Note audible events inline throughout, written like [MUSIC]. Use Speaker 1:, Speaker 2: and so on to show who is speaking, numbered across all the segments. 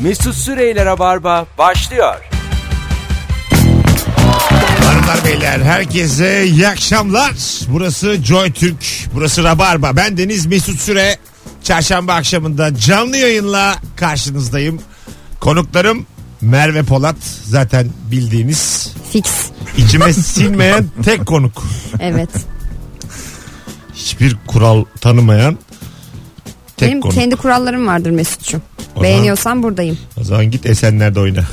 Speaker 1: Mesut Süreyler'e barba başlıyor.
Speaker 2: Hanımlar beyler herkese iyi akşamlar. Burası Joy Türk, burası Rabarba. Ben Deniz Mesut Süre. Çarşamba akşamında canlı yayınla karşınızdayım. Konuklarım Merve Polat zaten bildiğiniz
Speaker 3: Fix.
Speaker 2: içime sinmeyen tek konuk.
Speaker 4: [LAUGHS]
Speaker 3: Evet.
Speaker 2: Hiçbir kural tanımayan tek
Speaker 3: Benim
Speaker 2: konuk.
Speaker 3: kendi kurallarım vardır Mesut'cum.
Speaker 2: zaman-
Speaker 3: Beğeniyorsan buradayım.
Speaker 2: O zaman git Esenler'de oyna.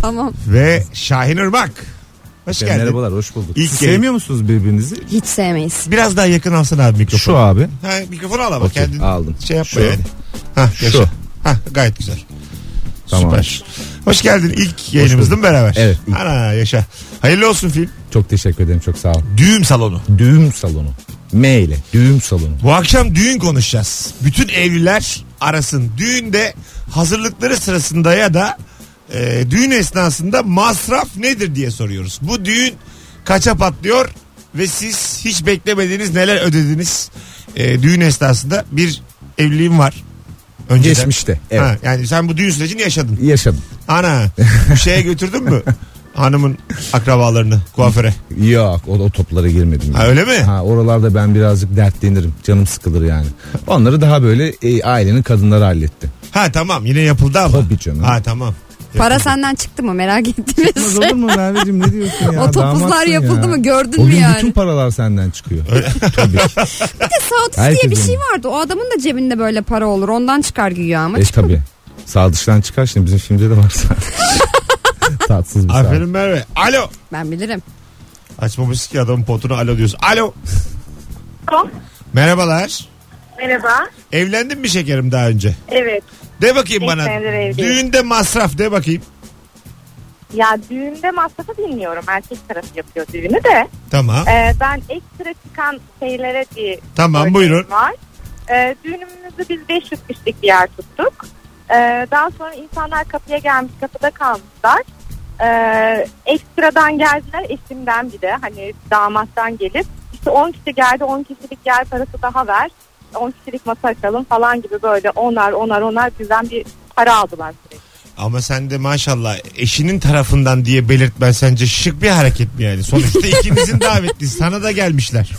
Speaker 3: Tamam.
Speaker 2: Ve Şahin Irmak. Hoş geldin.
Speaker 4: Merhabalar hoş bulduk.
Speaker 2: İlk
Speaker 4: Siz
Speaker 2: yayın.
Speaker 4: sevmiyor musunuz birbirinizi?
Speaker 3: Hiç sevmeyiz.
Speaker 2: Biraz daha yakın alsana abi mikrofonu.
Speaker 4: Şu abi.
Speaker 2: Ha, mikrofonu al ama
Speaker 4: Okey,
Speaker 2: kendin
Speaker 4: aldım.
Speaker 2: şey yapma
Speaker 4: Şu.
Speaker 2: yani. Ha,
Speaker 4: Şu.
Speaker 2: yaşa. Ha, gayet güzel.
Speaker 4: Tamam.
Speaker 2: Süper. Hoş geldin ilk yayınımız
Speaker 4: bulduk.
Speaker 2: değil mi beraber?
Speaker 4: Evet.
Speaker 2: Ana yaşa. Hayırlı olsun film.
Speaker 4: Çok teşekkür ederim çok sağ olun.
Speaker 2: Düğüm salonu.
Speaker 4: Düğüm salonu. M ile düğüm salonu.
Speaker 2: Bu akşam düğün konuşacağız. Bütün evliler arasın. Düğünde hazırlıkları sırasında ya da e, düğün esnasında masraf nedir diye soruyoruz. Bu düğün kaça patlıyor ve siz hiç beklemediğiniz neler ödediniz E, düğün esnasında bir evliliğim var. Önceden.
Speaker 4: Geçmişte, evet.
Speaker 2: Ha, yani sen bu düğün sürecini yaşadın.
Speaker 4: Yaşadım.
Speaker 2: Ana bir şeye götürdün
Speaker 4: [LAUGHS]
Speaker 2: mü hanımın akrabalarını kuaföre?
Speaker 4: Yok o, o toplara girmedim.
Speaker 2: Ha,
Speaker 4: yani.
Speaker 2: öyle mi?
Speaker 4: Ha, oralarda ben birazcık dertlenirim. Canım sıkılır yani. Onları daha böyle e, ailenin kadınları halletti.
Speaker 2: Ha tamam yine yapıldı ama.
Speaker 4: Tabii canım.
Speaker 2: Ha tamam.
Speaker 3: Para senden çıktı mı merak ettiniz.
Speaker 4: Olur mu Merveciğim ne diyorsun [LAUGHS] ya?
Speaker 3: O topuzlar
Speaker 4: Damatsın
Speaker 3: yapıldı mı? Gördün
Speaker 4: O
Speaker 3: mü
Speaker 4: gün
Speaker 3: yani?
Speaker 4: bütün paralar senden çıkıyor. Tabii.
Speaker 3: Sağdışı diye
Speaker 4: Herkesin.
Speaker 3: bir şey vardı. O adamın da cebinde böyle para olur. Ondan çıkar güya ama.
Speaker 4: E tabii. Sağ dıştan çıkar şimdi bizim filmde de var sağ.
Speaker 2: [LAUGHS]
Speaker 4: Tatsız bir sağ.
Speaker 2: Aferin Merve. Alo.
Speaker 3: Ben bilirim.
Speaker 2: Açmamışsın ki adamın potunu alo diyorsun. Alo.
Speaker 5: Alo.
Speaker 2: Merhabalar.
Speaker 5: Merhaba.
Speaker 2: Evlendin mi şekerim daha önce?
Speaker 5: Evet.
Speaker 2: De bakayım
Speaker 5: İlk
Speaker 2: bana.
Speaker 5: senedir evliyim.
Speaker 2: Düğünde masraf de bakayım.
Speaker 5: Ya düğünde masrafı bilmiyorum. Erkek tarafı yapıyor düğünü de.
Speaker 2: Tamam.
Speaker 5: Ee, ben ekstra çıkan şeylere bir
Speaker 2: Tamam,
Speaker 5: örneğim
Speaker 2: buyurun.
Speaker 5: Var. Ee, düğünümüzü biz 500 kişilik bir yer tuttuk. Ee, daha sonra insanlar kapıya gelmiş kapıda kalmışlar. Ee, ekstradan geldiler eşimden bir de hani damattan gelip işte 10 kişi geldi 10 kişilik yer parası daha ver 10 kişilik masa açalım falan gibi böyle onar onar onar bizden bir para aldılar sürekli.
Speaker 2: Ama sen de maşallah eşinin tarafından diye belirtmen sence şık bir hareket mi yani? Sonuçta
Speaker 5: [LAUGHS]
Speaker 2: ikinizin davetlisi. Sana da gelmişler.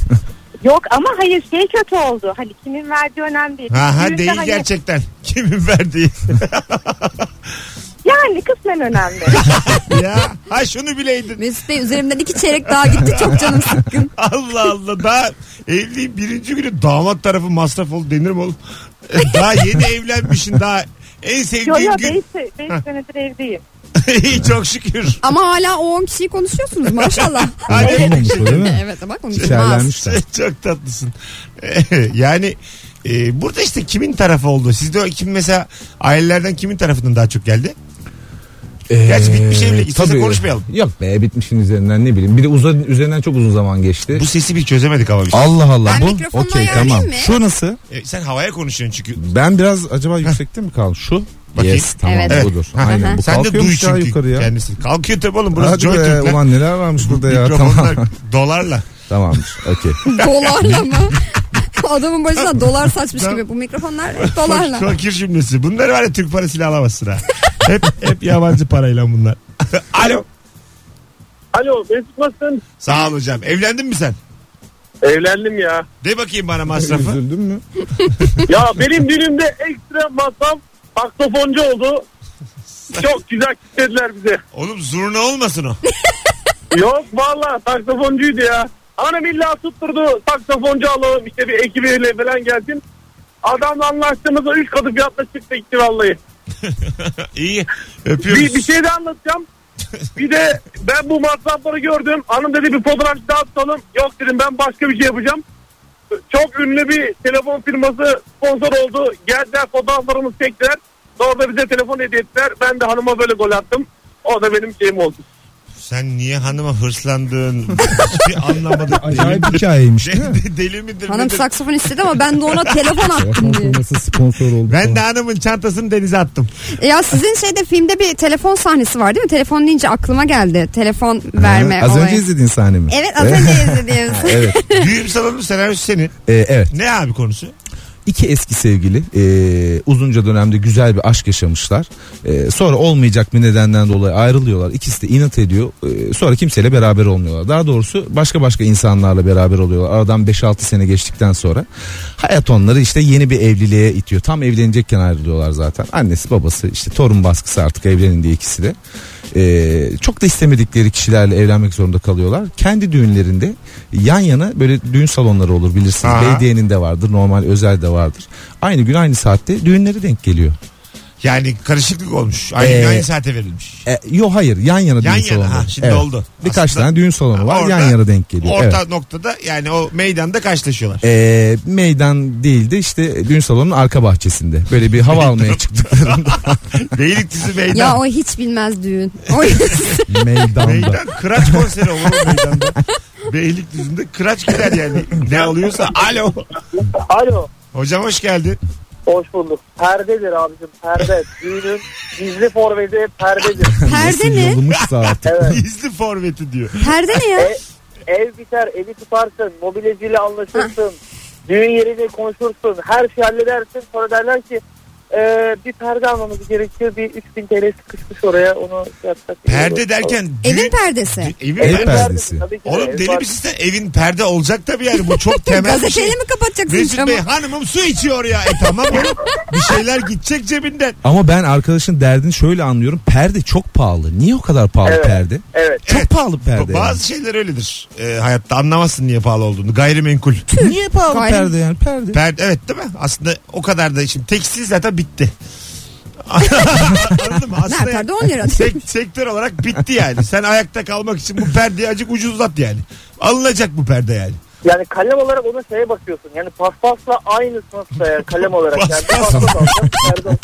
Speaker 5: Yok ama hayır şey kötü oldu. Hani kimin verdiği önemli değil.
Speaker 2: Ha ha
Speaker 5: Düğünde
Speaker 2: değil
Speaker 5: hani-
Speaker 2: gerçekten. Kimin verdiği. [LAUGHS]
Speaker 5: Yani
Speaker 2: [LAUGHS]
Speaker 5: kısmen önemli.
Speaker 2: ya ha şunu bileydin.
Speaker 3: Mesut Bey üzerimden iki çeyrek daha gitti. Çok canım
Speaker 4: [LAUGHS]
Speaker 3: sıkkın.
Speaker 2: Allah Allah daha evliliğin birinci günü damat tarafı masraf oldu denir mi oğlum? E, Daha yeni evlenmişsin daha en
Speaker 5: yo yo
Speaker 2: sevdiğin
Speaker 5: 5
Speaker 2: gün. Ha.
Speaker 5: senedir evliyim.
Speaker 2: İyi [LAUGHS] çok şükür.
Speaker 3: Ama hala o 10 kişiyi konuşuyorsunuz maşallah.
Speaker 4: [LAUGHS] Olmamış o değil mi?
Speaker 3: [LAUGHS] evet bak onu
Speaker 4: İçerlenmişler.
Speaker 2: [LAUGHS] çok tatlısın. yani e, burada işte kimin tarafı oldu? Sizde o kim mesela ailelerden kimin tarafından daha çok geldi? Gerçi bitmiş evlilik. İstersen
Speaker 4: Ee, tabii.
Speaker 2: konuşmayalım.
Speaker 4: Yok be bitmişin üzerinden ne bileyim. Bir de uzun, üzerinden çok uzun zaman geçti.
Speaker 2: Bu sesi bir çözemedik ama biz.
Speaker 4: Allah Allah
Speaker 3: Ben
Speaker 4: bu.
Speaker 3: mikrofonla
Speaker 4: Okey
Speaker 3: ayarlayayım
Speaker 4: tamam.
Speaker 3: mi?
Speaker 4: Şu nasıl?
Speaker 2: E, sen havaya konuşuyorsun çünkü.
Speaker 4: Ben biraz acaba yüksekte mi kaldım? Şu.
Speaker 2: Bakayım.
Speaker 4: Yes tamam
Speaker 3: Evet.
Speaker 2: Evet.
Speaker 4: budur.
Speaker 2: Ha,
Speaker 4: Aynen bu
Speaker 2: Sen de duy
Speaker 4: kalkıyormuş ya
Speaker 2: çünkü
Speaker 4: yukarıya.
Speaker 2: kendisi. Kalkıyor tabii oğlum burası
Speaker 4: Hadi
Speaker 2: Joy
Speaker 4: be,
Speaker 2: Türk lan.
Speaker 4: ulan neler varmış burada ya
Speaker 2: Mikrofonlar
Speaker 4: tamam. [LAUGHS]
Speaker 2: dolarla.
Speaker 4: Tamamdır
Speaker 2: [LAUGHS]
Speaker 4: okey.
Speaker 3: [LAUGHS] Dolarla
Speaker 4: [LAUGHS]
Speaker 3: mı? Adamın başına dolar saçmış gibi. Bu mikrofonlar hep dolarla.
Speaker 2: Fakir, fakir cümlesi. Bunları var ya Türk parasıyla alamazsın ha. hep, hep yabancı parayla bunlar. [LAUGHS] Alo.
Speaker 6: Alo Mesut nasılsın?
Speaker 2: Sağ ol hocam. Evlendin mi sen?
Speaker 6: Evlendim ya.
Speaker 2: De bakayım bana masrafı.
Speaker 4: Üzüldün mü?
Speaker 6: ya benim düğünümde ekstra masam saksofoncu oldu. Çok güzel kitlediler bize.
Speaker 2: Oğlum zurna olmasın o.
Speaker 6: Yok valla saksofoncuydu ya. Anam illa tutturdu saksofoncu alalım işte bir ekibiyle falan gelsin. Adamla anlaştığımızda üç katı fiyatla çıktı gitti vallahi.
Speaker 2: İyi.
Speaker 6: Bir, bir
Speaker 2: Öpüyoruz.
Speaker 6: şey de anlatacağım. Bir de ben bu masrafları gördüm. Hanım dedi bir fotoğrafçı daha tutalım. Yok dedim ben başka bir şey yapacağım. Çok ünlü bir telefon firması sponsor oldu. Geldiler fotoğraflarımızı çektiler. Sonra da bize telefon hediye ettiler. Ben de hanıma böyle gol attım. O da benim şeyim oldu.
Speaker 2: Sen niye hanıma hırslandın? Hiçbir anlamadım.
Speaker 4: Acayip şey.
Speaker 2: Deli-
Speaker 4: hikayeymiş değil mi?
Speaker 2: Deli, [LAUGHS] deli midir?
Speaker 3: Hanım
Speaker 2: nedir?
Speaker 3: saksafon istedi ama ben de ona telefon attım diye.
Speaker 4: Nasıl sponsor oldu?
Speaker 2: Ben de hanımın çantasını denize attım.
Speaker 3: Ya sizin şeyde filmde bir telefon sahnesi var değil mi? Telefon deyince aklıma geldi. Telefon verme
Speaker 4: Az
Speaker 3: olayı.
Speaker 4: önce izlediğin sahne mi?
Speaker 3: Evet az önce izlediğimiz.
Speaker 4: [LAUGHS] evet.
Speaker 2: Düğün salonu senaryosu senin.
Speaker 4: Ee, evet.
Speaker 2: Ne abi konusu?
Speaker 4: İki eski sevgili e, uzunca dönemde güzel bir aşk yaşamışlar. E, sonra olmayacak bir nedenden dolayı ayrılıyorlar. İkisi de inat ediyor. E, sonra kimseyle beraber olmuyorlar. Daha doğrusu başka başka insanlarla beraber oluyorlar. Aradan 5-6 sene geçtikten sonra hayat onları işte yeni bir evliliğe itiyor. Tam evlenecekken ayrılıyorlar zaten. Annesi babası işte torun baskısı artık evlenin diye ikisi de. E, çok da istemedikleri kişilerle evlenmek zorunda kalıyorlar. Kendi düğünlerinde yan yana böyle düğün salonları olur bilirsiniz.
Speaker 2: Aha.
Speaker 4: Belediyenin de vardır, normal özel de vardır. Aynı gün aynı saatte düğünleri denk geliyor.
Speaker 2: Yani karışıklık olmuş. Aynı,
Speaker 4: Ee,
Speaker 2: aynı saate verilmiş.
Speaker 4: E, yo hayır, yan yana
Speaker 2: Yan
Speaker 4: düğün
Speaker 2: yana,
Speaker 4: salonu.
Speaker 2: ha, şimdi oldu.
Speaker 4: Birkaç
Speaker 2: Aslında-
Speaker 4: tane düğün salonu var,
Speaker 2: Orada-
Speaker 4: yan yana denk geliyor.
Speaker 2: Orta
Speaker 4: Evet.
Speaker 2: noktada yani o meydanda
Speaker 4: [LAUGHS]
Speaker 2: karşılaşıyorlar.
Speaker 4: E, meydan değildi işte düğün salonunun arka bahçesinde. Böyle bir hava
Speaker 2: [LAUGHS]
Speaker 4: almaya çıktıklarında
Speaker 2: Beylikdüzü meydan.
Speaker 3: Ya o hiç bilmez düğün.
Speaker 4: [LAUGHS]
Speaker 3: O
Speaker 4: meydanda.
Speaker 2: Meydan kıraç konseri olur mu meydanda. Beylikdüzü'nde kıraç gider yani. Ne alıyorsa alo.
Speaker 6: Alo.
Speaker 2: Hocam hoş geldin.
Speaker 6: Hoş bulduk. Perdedir abicim perde. Düğünün gizli forveti perdedir.
Speaker 3: [LAUGHS] perde
Speaker 4: Nasıl
Speaker 3: ne?
Speaker 4: yolumuşsa artık.
Speaker 6: Evet.
Speaker 2: Gizli forveti diyor.
Speaker 3: Perde ne
Speaker 4: [LAUGHS]
Speaker 3: ya?
Speaker 6: E, ev biter, evi tutarsın, mobilyacıyla anlaşırsın, düğün yerini konuşursun, her şeyi halledersin. Sonra derler ki e, bir perde almamız gerekiyor. Bir 3000 TL sıkışmış oraya. Onu şey yapsak. iyi olur.
Speaker 2: Perde derken
Speaker 3: Evin
Speaker 2: düğün-
Speaker 3: perdesi.
Speaker 2: Evin
Speaker 4: Ev
Speaker 2: perde-
Speaker 4: perdesi.
Speaker 6: tabii ki de.
Speaker 2: Oğlum
Speaker 6: Ev
Speaker 2: deli
Speaker 6: var.
Speaker 2: misin sen? Evin perde olacak tabii yani bu
Speaker 3: [LAUGHS]
Speaker 2: çok temel bir şey.
Speaker 3: Gazeteyle mi kapatacaksın
Speaker 2: Mesut
Speaker 3: camı?
Speaker 2: Bey hanımım su içiyor ya. E tamam oğlum bir şeyler gidecek cebinden.
Speaker 4: Ama ben arkadaşın derdini şöyle anlıyorum. Perde çok pahalı. Niye o kadar pahalı
Speaker 6: Evet.
Speaker 4: perde?
Speaker 6: Evet.
Speaker 4: Çok
Speaker 2: Evet.
Speaker 4: pahalı perde. yani.
Speaker 2: Bazı şeyler öyledir. Ee, hayatta anlamazsın niye pahalı olduğunu. Gayrimenkul.
Speaker 4: Niye pahalı
Speaker 3: Gayri-
Speaker 4: perde yani perde?
Speaker 2: Perde evet değil mi? Aslında o kadar da şimdi tekstil zaten bitti. [LAUGHS] Anladın mı?
Speaker 3: Ver
Speaker 2: Aslında
Speaker 3: perde 10 lira.
Speaker 2: sek- sektör olarak bitti yani. Sen ayakta kalmak için bu perdeyi acık ucuzlat yani. Alınacak bu perde yani.
Speaker 6: Yani kalem olarak onu şeye bakıyorsun. Yani paspasla aynı sınıfta ya, kalem olarak. Yani bir paspas alsak perde.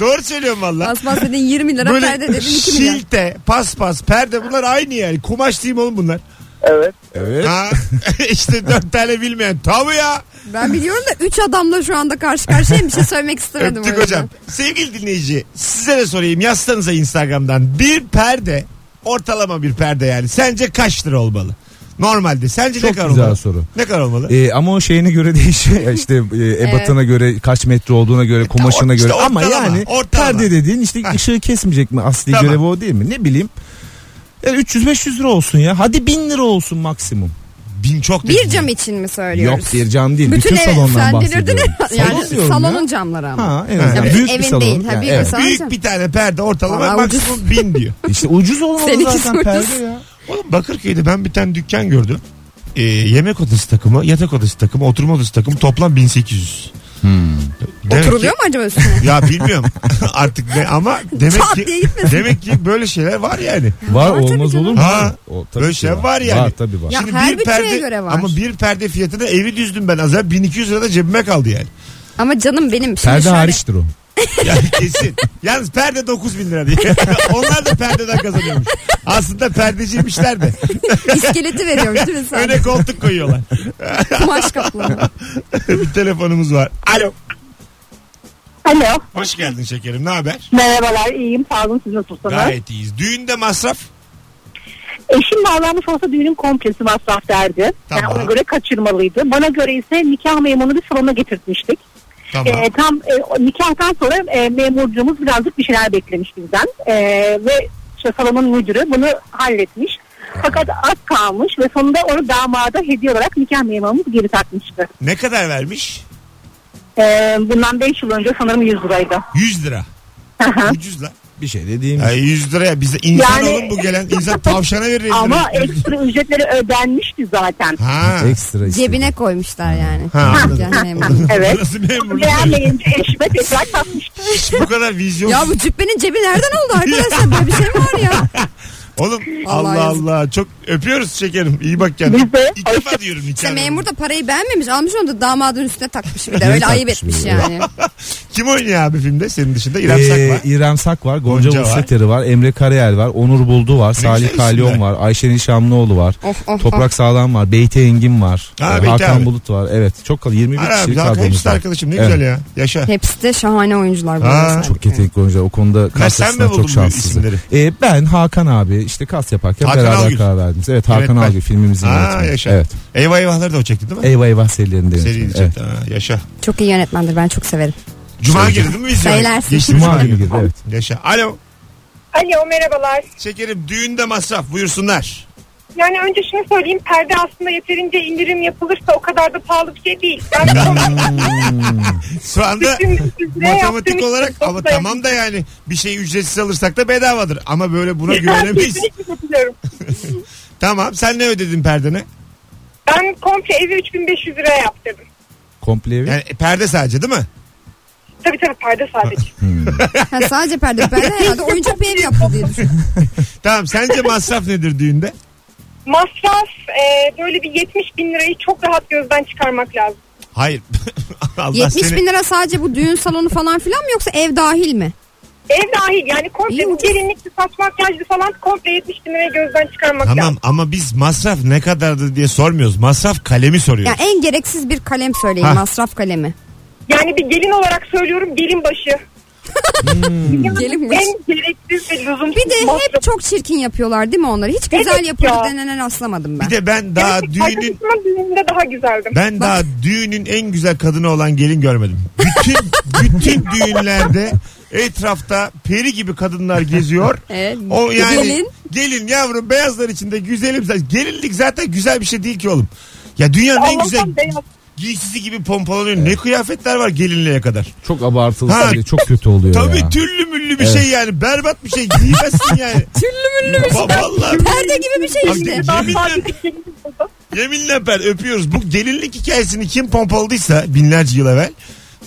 Speaker 2: Doğru söylüyorum valla.
Speaker 3: Basmaz dedin 20 lira perde
Speaker 2: Böyle
Speaker 3: dedin 2 milyar.
Speaker 2: şilte, paspas, perde bunlar aynı yani. Kumaş diyeyim oğlum bunlar.
Speaker 6: Evet.
Speaker 4: Evet. [LAUGHS]
Speaker 2: Ha, işte dört tane bilmeyen. Tabii ya.
Speaker 3: Ben biliyorum da 3 adamla şu anda karşı karşıyayım bir şey söylemek istemedim. o
Speaker 2: Öptük
Speaker 3: yüzden.
Speaker 2: hocam. Sevgili dinleyici size de sorayım yazsanıza Instagram'dan bir perde ortalama bir perde yani sence kaç lira olmalı? Normalde sence ne
Speaker 4: Çok
Speaker 2: kadar
Speaker 4: güzel
Speaker 2: olmalı?
Speaker 4: soru.
Speaker 2: Ne kadar olmalı?
Speaker 4: Ee, ama o şeyine göre [LAUGHS] değişiyor. Ya işte e, ebatına göre kaç metre olduğuna göre kumaşına
Speaker 2: E, işte
Speaker 4: göre. Ama
Speaker 2: ortalama,
Speaker 4: yani
Speaker 2: ortalama.
Speaker 4: perde dediğin işte
Speaker 2: Heh.
Speaker 4: ışığı kesmeyecek mi asli
Speaker 2: Tamam.
Speaker 4: görevi o değil mi? Ne bileyim. Yani 300-500 lira olsun ya. Hadi 1000 lira olsun maksimum.
Speaker 2: Bin çok değil.
Speaker 3: Bir cam için mi söylüyoruz?
Speaker 4: Yok bir cam değil. Bütün,
Speaker 3: eve-
Speaker 4: salondan
Speaker 3: sen delirdin
Speaker 4: bahsediyorum.
Speaker 3: ya. Yani
Speaker 4: Salon diyorum
Speaker 3: salonun
Speaker 4: ya.
Speaker 3: camları ama.
Speaker 4: Ha, en azından
Speaker 2: Evet.
Speaker 4: büyük bir
Speaker 3: Evin
Speaker 4: salon.
Speaker 3: değil, ha,
Speaker 4: Yani
Speaker 3: büyük bir [LAUGHS]
Speaker 4: evet.
Speaker 3: salon.
Speaker 2: Büyük bir tane perde ortalama
Speaker 3: Vallahi
Speaker 2: maksimum bin
Speaker 3: [LAUGHS]
Speaker 2: diyor.
Speaker 4: İşte ucuz olmalı
Speaker 3: Seninkisi
Speaker 4: zaten
Speaker 3: ucuz.
Speaker 4: perde ya.
Speaker 2: Oğlum Bakırköy'de ben bir tane dükkan gördüm. Ee, yemek odası takımı, yatak odası takımı, oturma odası takımı toplam 1800.
Speaker 4: Hmm.
Speaker 2: Demek ki-
Speaker 3: Oturuluyor mu acaba üstüne?
Speaker 2: Ya bilmiyorum [LAUGHS] artık ne
Speaker 3: [LAUGHS]
Speaker 2: ama demek
Speaker 3: Çat
Speaker 2: ki
Speaker 3: diye gitmesin.
Speaker 2: demek ki böyle şeyler var yani.
Speaker 4: Var
Speaker 3: tabii
Speaker 4: olmaz
Speaker 3: canım.
Speaker 4: olur mu?
Speaker 2: Ha,
Speaker 4: O,
Speaker 2: böyle
Speaker 4: ki
Speaker 2: şey var yani.
Speaker 4: Var tabii var.
Speaker 3: Ya her bütçeye göre var.
Speaker 2: Ama bir perde fiyatına evi düzdüm ben az evvel 1200 lira da cebime kaldı yani.
Speaker 3: Ama canım benim. Şimdi
Speaker 4: Perde
Speaker 3: şöyle-
Speaker 4: hariçtir o.
Speaker 3: [LAUGHS]
Speaker 2: Yani kesin. Yalnız perde 9000 lira diye. [LAUGHS] Onlar da perdeden kazanıyormuş. Aslında perdeciymişler de.
Speaker 3: İskeleti
Speaker 2: [LAUGHS]
Speaker 3: veriyormuş değil mi sen?
Speaker 2: Öne koltuk koyuyorlar. [LAUGHS]
Speaker 3: Kumaş kaplama.
Speaker 2: bir telefonumuz var. Alo.
Speaker 5: Alo.
Speaker 2: Hoş geldin şekerim. Ne haber?
Speaker 5: Merhabalar iyiyim. Sağ olun siz nasılsınız?
Speaker 2: Gayet iyiyiz. Düğünde masraf.
Speaker 5: Eşim bağlanmış olsa düğünün komplesi masraf derdi.
Speaker 2: Tamam.
Speaker 5: Yani ona göre kaçırmalıydı. Bana göre ise nikah memurunu bir salona getirtmiştik.
Speaker 2: Tamam.
Speaker 5: Ee, tam e, o nikahtan sonra e, memurcumuz birazcık bir şeyler beklemiş bizden. Ee, ve işte salonun müdürü bunu halletmiş. Fakat az kalmış ve sonunda onu damada hediye olarak nikah memurumuz geri takmıştı.
Speaker 2: Ne kadar vermiş?
Speaker 5: Ee, bundan 5 yıl önce sanırım 100 liraydı.
Speaker 2: 100 lira. Ucuz la.
Speaker 4: Bir şey dediğim
Speaker 2: Ya 100 liraya bize insan
Speaker 5: Yani-
Speaker 2: oğlum bu gelen. insan tavşana verir.
Speaker 5: Ama e-
Speaker 2: lirayı.
Speaker 5: ekstra ücretleri ödenmişti zaten.
Speaker 2: [LAUGHS] Ha.
Speaker 4: şey. ekstra işte.
Speaker 3: Cebine koymuşlar yani.
Speaker 2: Ha, anladım. [LAUGHS]
Speaker 3: Yani memur.
Speaker 5: [LAUGHS] Evet.
Speaker 2: Nasıl memur?
Speaker 5: Beğenmeyince eşime tekrar takmıştım.
Speaker 2: Bu kadar vizyon.
Speaker 3: ya bu cübbenin cebi nereden oldu arkadaşlar? Böyle bir şey mi var
Speaker 2: [LAUGHS]
Speaker 3: ya?
Speaker 2: Oğlum Allah
Speaker 3: Allah
Speaker 2: Allah,
Speaker 3: yazık.
Speaker 2: çok öpüyoruz şekerim. İyi bak kendine.
Speaker 5: Biz de.
Speaker 2: İlk defa diyorum
Speaker 3: İşte
Speaker 2: nikahını.
Speaker 3: memur da parayı beğenmemiş. Almış onu da damadın üstüne takmış bir de.
Speaker 4: Yeni
Speaker 3: Öyle ayıp
Speaker 4: takmış
Speaker 3: etmiş
Speaker 4: bir
Speaker 2: [LAUGHS]
Speaker 4: de.
Speaker 3: yani.
Speaker 2: Kim oynuyor abi filmde senin dışında? İrem
Speaker 4: Ee,
Speaker 2: Sakma.
Speaker 4: İrem Sak var, Gonca,
Speaker 2: Gonca var.
Speaker 4: Vusleteri var, Emre Karayel var, Onur Buldu var, Salih
Speaker 2: güzel
Speaker 4: Kalyon
Speaker 2: isimler.
Speaker 4: var, Ayşe Nişamlıoğlu var.
Speaker 3: Of of
Speaker 4: Toprak Sağlam var, Beyte Engin var,
Speaker 2: Ha,
Speaker 4: ee,
Speaker 2: Beyti
Speaker 4: Hakan
Speaker 2: abi.
Speaker 4: Bulut var. Evet, çok kal 21
Speaker 2: Ara abi
Speaker 4: kişilik
Speaker 2: daha hepsi
Speaker 4: kadromuz
Speaker 2: de
Speaker 4: şey var.
Speaker 2: arkadaşım ne
Speaker 4: Evet.
Speaker 2: güzel ya. Yaşa.
Speaker 3: Hepsi de şahane oyuncular. bu
Speaker 2: Aa,
Speaker 3: arada.
Speaker 4: Çok yetenekli oyuncular. O konuda
Speaker 2: sen mi
Speaker 4: karşısında
Speaker 2: buldun
Speaker 4: çok
Speaker 2: bu
Speaker 4: şanssızdı.
Speaker 2: isimleri?
Speaker 4: Ee, ben Hakan abi, işte kas yaparken
Speaker 2: Hakan
Speaker 4: beraber
Speaker 2: Algül.
Speaker 4: karar verdiniz. Evet Hakan
Speaker 2: Yönetmen.
Speaker 4: Algül filmimizin
Speaker 2: Aa,
Speaker 4: yönetmeni.
Speaker 2: yaşa.
Speaker 4: Evet.
Speaker 2: Eyvah eyvahları da o çekti değil mi?
Speaker 4: Eyvah eyvah serilerinde
Speaker 2: Seriydi
Speaker 4: yönetmeni. Evet.
Speaker 2: çekti. Ha, yaşa.
Speaker 3: Çok iyi yönetmendir ben çok severim.
Speaker 2: Cuma girdi değil mi biz?
Speaker 3: Söylersin.
Speaker 4: Cuma günü girdi evet.
Speaker 2: Yaşa. Alo.
Speaker 5: Alo merhabalar.
Speaker 2: Şekerim düğünde masraf buyursunlar.
Speaker 5: Yani önce şunu söyleyeyim perde aslında yeterince indirim yapılırsa o kadar da pahalı bir şey değil.
Speaker 2: [LAUGHS]
Speaker 5: Ben bu konuda
Speaker 2: Şu anda
Speaker 5: bütün sizlere
Speaker 2: matematik
Speaker 5: yaptığım
Speaker 2: olarak
Speaker 5: için çok
Speaker 2: ama
Speaker 5: da-
Speaker 2: tamam da yani bir şey ücretsiz alırsak da bedavadır. Ama böyle buna
Speaker 5: [LAUGHS]
Speaker 2: güvenemeyiz.
Speaker 5: Kesinlikle katılıyorum.
Speaker 2: tamam sen ne ödedin perdene?
Speaker 5: Ben komple evi 3500 liraya yaptırdım.
Speaker 4: Komple evi.
Speaker 2: Yani e, perde sadece değil mi?
Speaker 5: Tabii tabii perde
Speaker 2: [LAUGHS]
Speaker 5: sadece.
Speaker 3: Ha, sadece perde perde herhalde oyuncak bir ev
Speaker 2: [LAUGHS]
Speaker 3: yaptı diye düşünüyorum.
Speaker 2: Tamam sence masraf nedir düğünde?
Speaker 5: Masraf e, böyle bir 70 bin lirayı çok rahat gözden çıkarmak lazım.
Speaker 2: Hayır. [LAUGHS] Allah
Speaker 3: 70
Speaker 2: seni...
Speaker 3: bin lira sadece bu düğün salonu falan filan mı yoksa ev dahil mi?
Speaker 5: Ev dahil yani
Speaker 3: İyi
Speaker 5: komple bu
Speaker 3: mi?
Speaker 5: gelinlikli saç makyajlı falan komple 70 bin lirayı gözden çıkarmak
Speaker 2: Tamam
Speaker 5: lazım.
Speaker 2: ama biz masraf ne kadardı diye sormuyoruz. Masraf kalemi
Speaker 3: Ya
Speaker 2: soruyoruz.
Speaker 3: en gereksiz bir kalem söyleyin
Speaker 2: Ha.
Speaker 3: masraf kalemi.
Speaker 5: Yani bir gelin olarak söylüyorum gelin başı.
Speaker 2: Hmm.
Speaker 3: Gelin başı.
Speaker 5: En gereksiz ve lüzumsuz
Speaker 3: Bir de hep
Speaker 5: masraf.
Speaker 3: çok çirkin yapıyorlar değil mi onları? Hiç güzel
Speaker 5: Evet
Speaker 3: yapıldı
Speaker 5: ya.
Speaker 3: denene rastlamadım ben.
Speaker 2: Bir de ben daha
Speaker 5: Gerçek
Speaker 2: düğünün
Speaker 5: arkadaşımın düğününde daha güzeldim.
Speaker 2: Ben daha düğünün en güzel kadını olan gelin görmedim. Bütün bütün düğünlerde etrafta peri gibi kadınlar geziyor.
Speaker 3: Evet.
Speaker 2: O yani gelin.
Speaker 3: Gelin.
Speaker 2: yavrum beyazlar içinde güzelim. sen- Gelinlik zaten güzel bir şey değil ki oğlum. Ya dünyanın en güzel
Speaker 5: Allah'tan beyaz.
Speaker 2: giysisi gibi pompalanıyor. Ne kıyafetler var gelinliğe kadar.
Speaker 4: Çok abartılı
Speaker 2: Ha.
Speaker 4: sadece çok kötü oluyor
Speaker 2: Tabii
Speaker 4: ya.
Speaker 2: tüllü müllü bir
Speaker 4: Evet.
Speaker 2: şey yani. Berbat bir şey giymezsin yani.
Speaker 3: Tüllü müllü bir şey.
Speaker 2: Vallahi.
Speaker 3: Perde gibi bir şey işte.
Speaker 2: Abi, yeminle-
Speaker 5: sadece gelin başı.
Speaker 2: Yeminle ben öpüyoruz. Bu gelinlik hikayesini kim pompaladıysa binlerce yıl evvel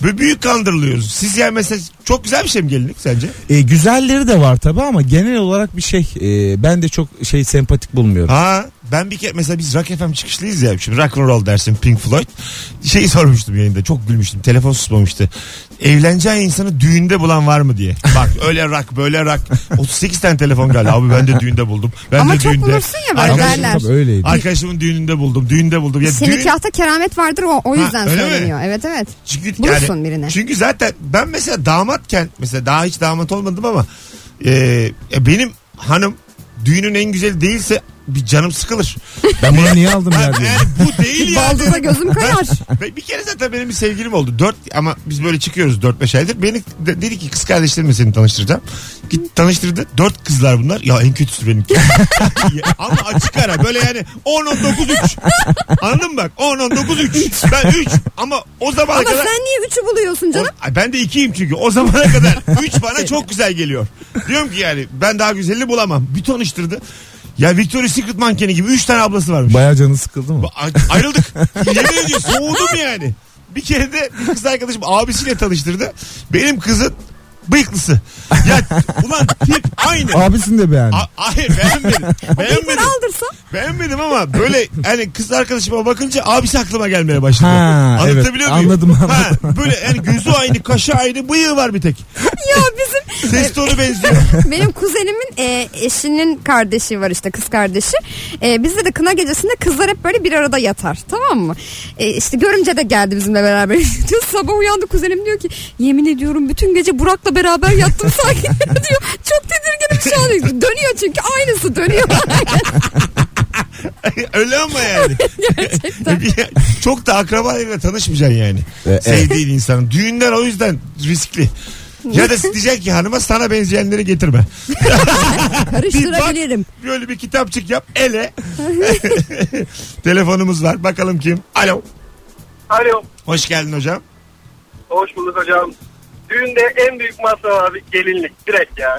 Speaker 2: böyle büyük kandırılıyoruz. Siz yani mesela çok güzel bir şey mi gelinlik sence?
Speaker 4: E, güzelleri de var tabii ama genel olarak bir şey e, ben de çok şey sempatik bulmuyorum.
Speaker 2: Ha ben bir kere mesela biz Rock FM çıkışlıyız ya şimdi rock and roll dersin Pink Floyd. Şeyi sormuştum yayında çok gülmüştüm telefon susmamıştı. Evleneceğin insanı düğünde bulan var mı diye. Bak öyle rock böyle rock. 38 tane telefon geldi abi ben de düğünde buldum. Ben
Speaker 3: Ama
Speaker 2: de
Speaker 3: çok
Speaker 2: düğünde.
Speaker 3: bulursun ya böyle
Speaker 2: Arkadaşım-
Speaker 3: derler.
Speaker 4: tabii öyleydi.
Speaker 2: Arkadaşımın düğününde buldum düğünde buldum. Ya düğün-
Speaker 3: Senikahta keramet vardır o, o
Speaker 2: Ha,
Speaker 3: yüzden
Speaker 2: öyle mi?
Speaker 3: söyleniyor. Evet evet.
Speaker 2: Çünkü
Speaker 3: Bulursun
Speaker 2: yani,
Speaker 3: birini.
Speaker 2: Çünkü zaten ben mesela damatken mesela daha hiç damat olmadım ama e, e, benim hanım düğünün en güzeli değilse bir canım sıkılır.
Speaker 4: Ben bunu niye aldım ya
Speaker 2: Ben,
Speaker 4: diyorum.
Speaker 2: [LAUGHS] yani bu değil ya.
Speaker 3: [LAUGHS] Baldıza gözüm kayar.
Speaker 2: [LAUGHS] Ve bir kere zaten benim bir sevgilim oldu. Dört ama biz böyle çıkıyoruz dört beş aydır. Beni de- dedi ki kız kardeşlerimle seni tanıştıracağım. Git tanıştırdı. Dört kızlar bunlar. Ya en kötüsü benimki. [LAUGHS] Ya ama açık ara böyle yani 10 19 3. Anladın mı bak? 10 19 3. Ben 3 ama o zamana
Speaker 3: Ama
Speaker 2: kadar
Speaker 3: sen niye üçü buluyorsun canım?
Speaker 2: Ay ben de ikiyim çünkü. O zamana kadar üç
Speaker 3: [LAUGHS]
Speaker 2: bana çok güzel geliyor. Diyorum ki yani ben daha güzelini bulamam. Bir tanıştırdı. Ya Victoria's Secret mankeni gibi üç tane ablası varmış.
Speaker 4: Bayağı canı sıkıldı mı?
Speaker 2: A- ayrıldık. [LAUGHS] Yemin ediyorum soğudum yani. Bir kere de bir kız arkadaşım abisiyle tanıştırdı. Benim kızın bıyıklısı. Ya ulan tip aynı.
Speaker 4: Abisini de beğendi.
Speaker 2: A- hayır beğenmedim.
Speaker 3: Beni
Speaker 2: Beğenmedim.
Speaker 3: aldırsa.
Speaker 2: Beğenmedim ama böyle hani kız arkadaşıma bakınca abisi aklıma gelmeye başladı.
Speaker 4: Ha,
Speaker 2: Anlatabiliyor
Speaker 4: evet.
Speaker 2: muyum?
Speaker 4: Anladım, anladım.
Speaker 2: Ha, böyle yani gözü aynı, kaşı aynı, bıyığı var bir tek.
Speaker 3: Ya bizim
Speaker 2: Ses tonu benziyor.
Speaker 3: [LAUGHS] Benim kuzenimin e, eşinin kardeşi var işte kız kardeşi. E, bizde de kına gecesinde kızlar hep böyle bir arada yatar tamam mı? E, işte görümce de geldi bizimle beraber. [LAUGHS] Diyor, Sabah uyandı kuzenim diyor ki yemin ediyorum bütün gece Burak'la beraber yattım sanki [LAUGHS] diyor. Çok tedirginim şu an. Dönüyor çünkü aynısı [LAUGHS] dönüyor.
Speaker 2: [LAUGHS] Öyle ama yani. [LAUGHS] Bir- Çok da akrabalarıyla tanışmayacaksın yani.
Speaker 4: evet.
Speaker 2: Sevdiğin insanın. Düğünler o yüzden riskli. Ya da diyecek ki hanıma sana benzeyenleri getirme.
Speaker 3: Karıştırabilirim.
Speaker 2: Böyle bir kitapçık yap ele. [LAUGHS] Telefonumuz var. Bakalım kim? Alo.
Speaker 6: Alo.
Speaker 2: Hoş geldin hocam. [LAUGHS]
Speaker 6: Hoş bulduk hocam. Düğünde en büyük masraf abi gelinlik direkt ya.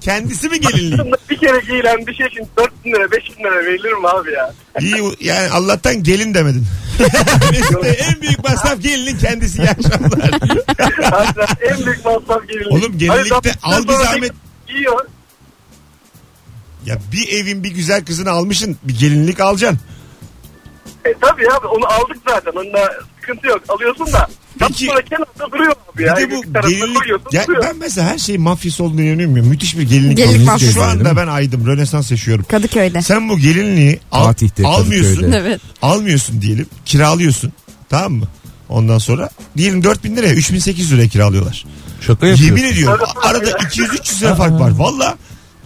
Speaker 2: Kendisi mi gelinliği?
Speaker 6: Aslında bir kere giyilen bir şey için 4 bin lira 5 bin lira verilir mi abi ya?
Speaker 2: İyi yani Allah'tan gelin demedin. [LAUGHS] Mesut'e en büyük masraf gelinin kendisi ya. [LAUGHS]
Speaker 6: Harbiden en büyük masraf gelinlik.
Speaker 2: Oğlum gelinlikte
Speaker 6: Hayır, zaten
Speaker 2: al bir
Speaker 6: sonra
Speaker 2: zahmet.
Speaker 6: Giyiyor.
Speaker 2: Ya bir evin bir güzel kızını almışsın. Bir gelinlik alacaksın.
Speaker 6: E tabii abi onu aldık zaten. Onunla sıkıntı yok. Alıyorsun da.
Speaker 2: Peki-
Speaker 6: Peki. Sonra kenarda duruyor abi ya.
Speaker 2: Bir de bu
Speaker 6: Bir tarafına
Speaker 2: gelinlik...
Speaker 6: koyuyorsun,
Speaker 2: Ya
Speaker 6: duruyor.
Speaker 2: ben mesela her şeyin mafyası olduğunu inanıyorum ya. Müthiş bir gelinlik.
Speaker 3: Gelinlik
Speaker 2: alıyorsun.
Speaker 3: mafyası.
Speaker 2: Şu
Speaker 3: Eh.
Speaker 2: anda
Speaker 4: Değil mi?
Speaker 2: ben aydım. Rönesans yaşıyorum.
Speaker 3: Kadıköy'de.
Speaker 2: Sen bu gelinliği al-
Speaker 4: Fatih'te,
Speaker 2: almıyorsun.
Speaker 4: Kadıköy'de.
Speaker 3: Evet.
Speaker 2: Almıyorsun diyelim. Kiralıyorsun. Tamam mı? Ondan sonra diyelim 4000 liraya 3800 liraya kiralıyorlar.
Speaker 4: Şaka
Speaker 2: Yemin
Speaker 4: yapıyor.
Speaker 2: ediyorum arada 200-300 lira fark var. Valla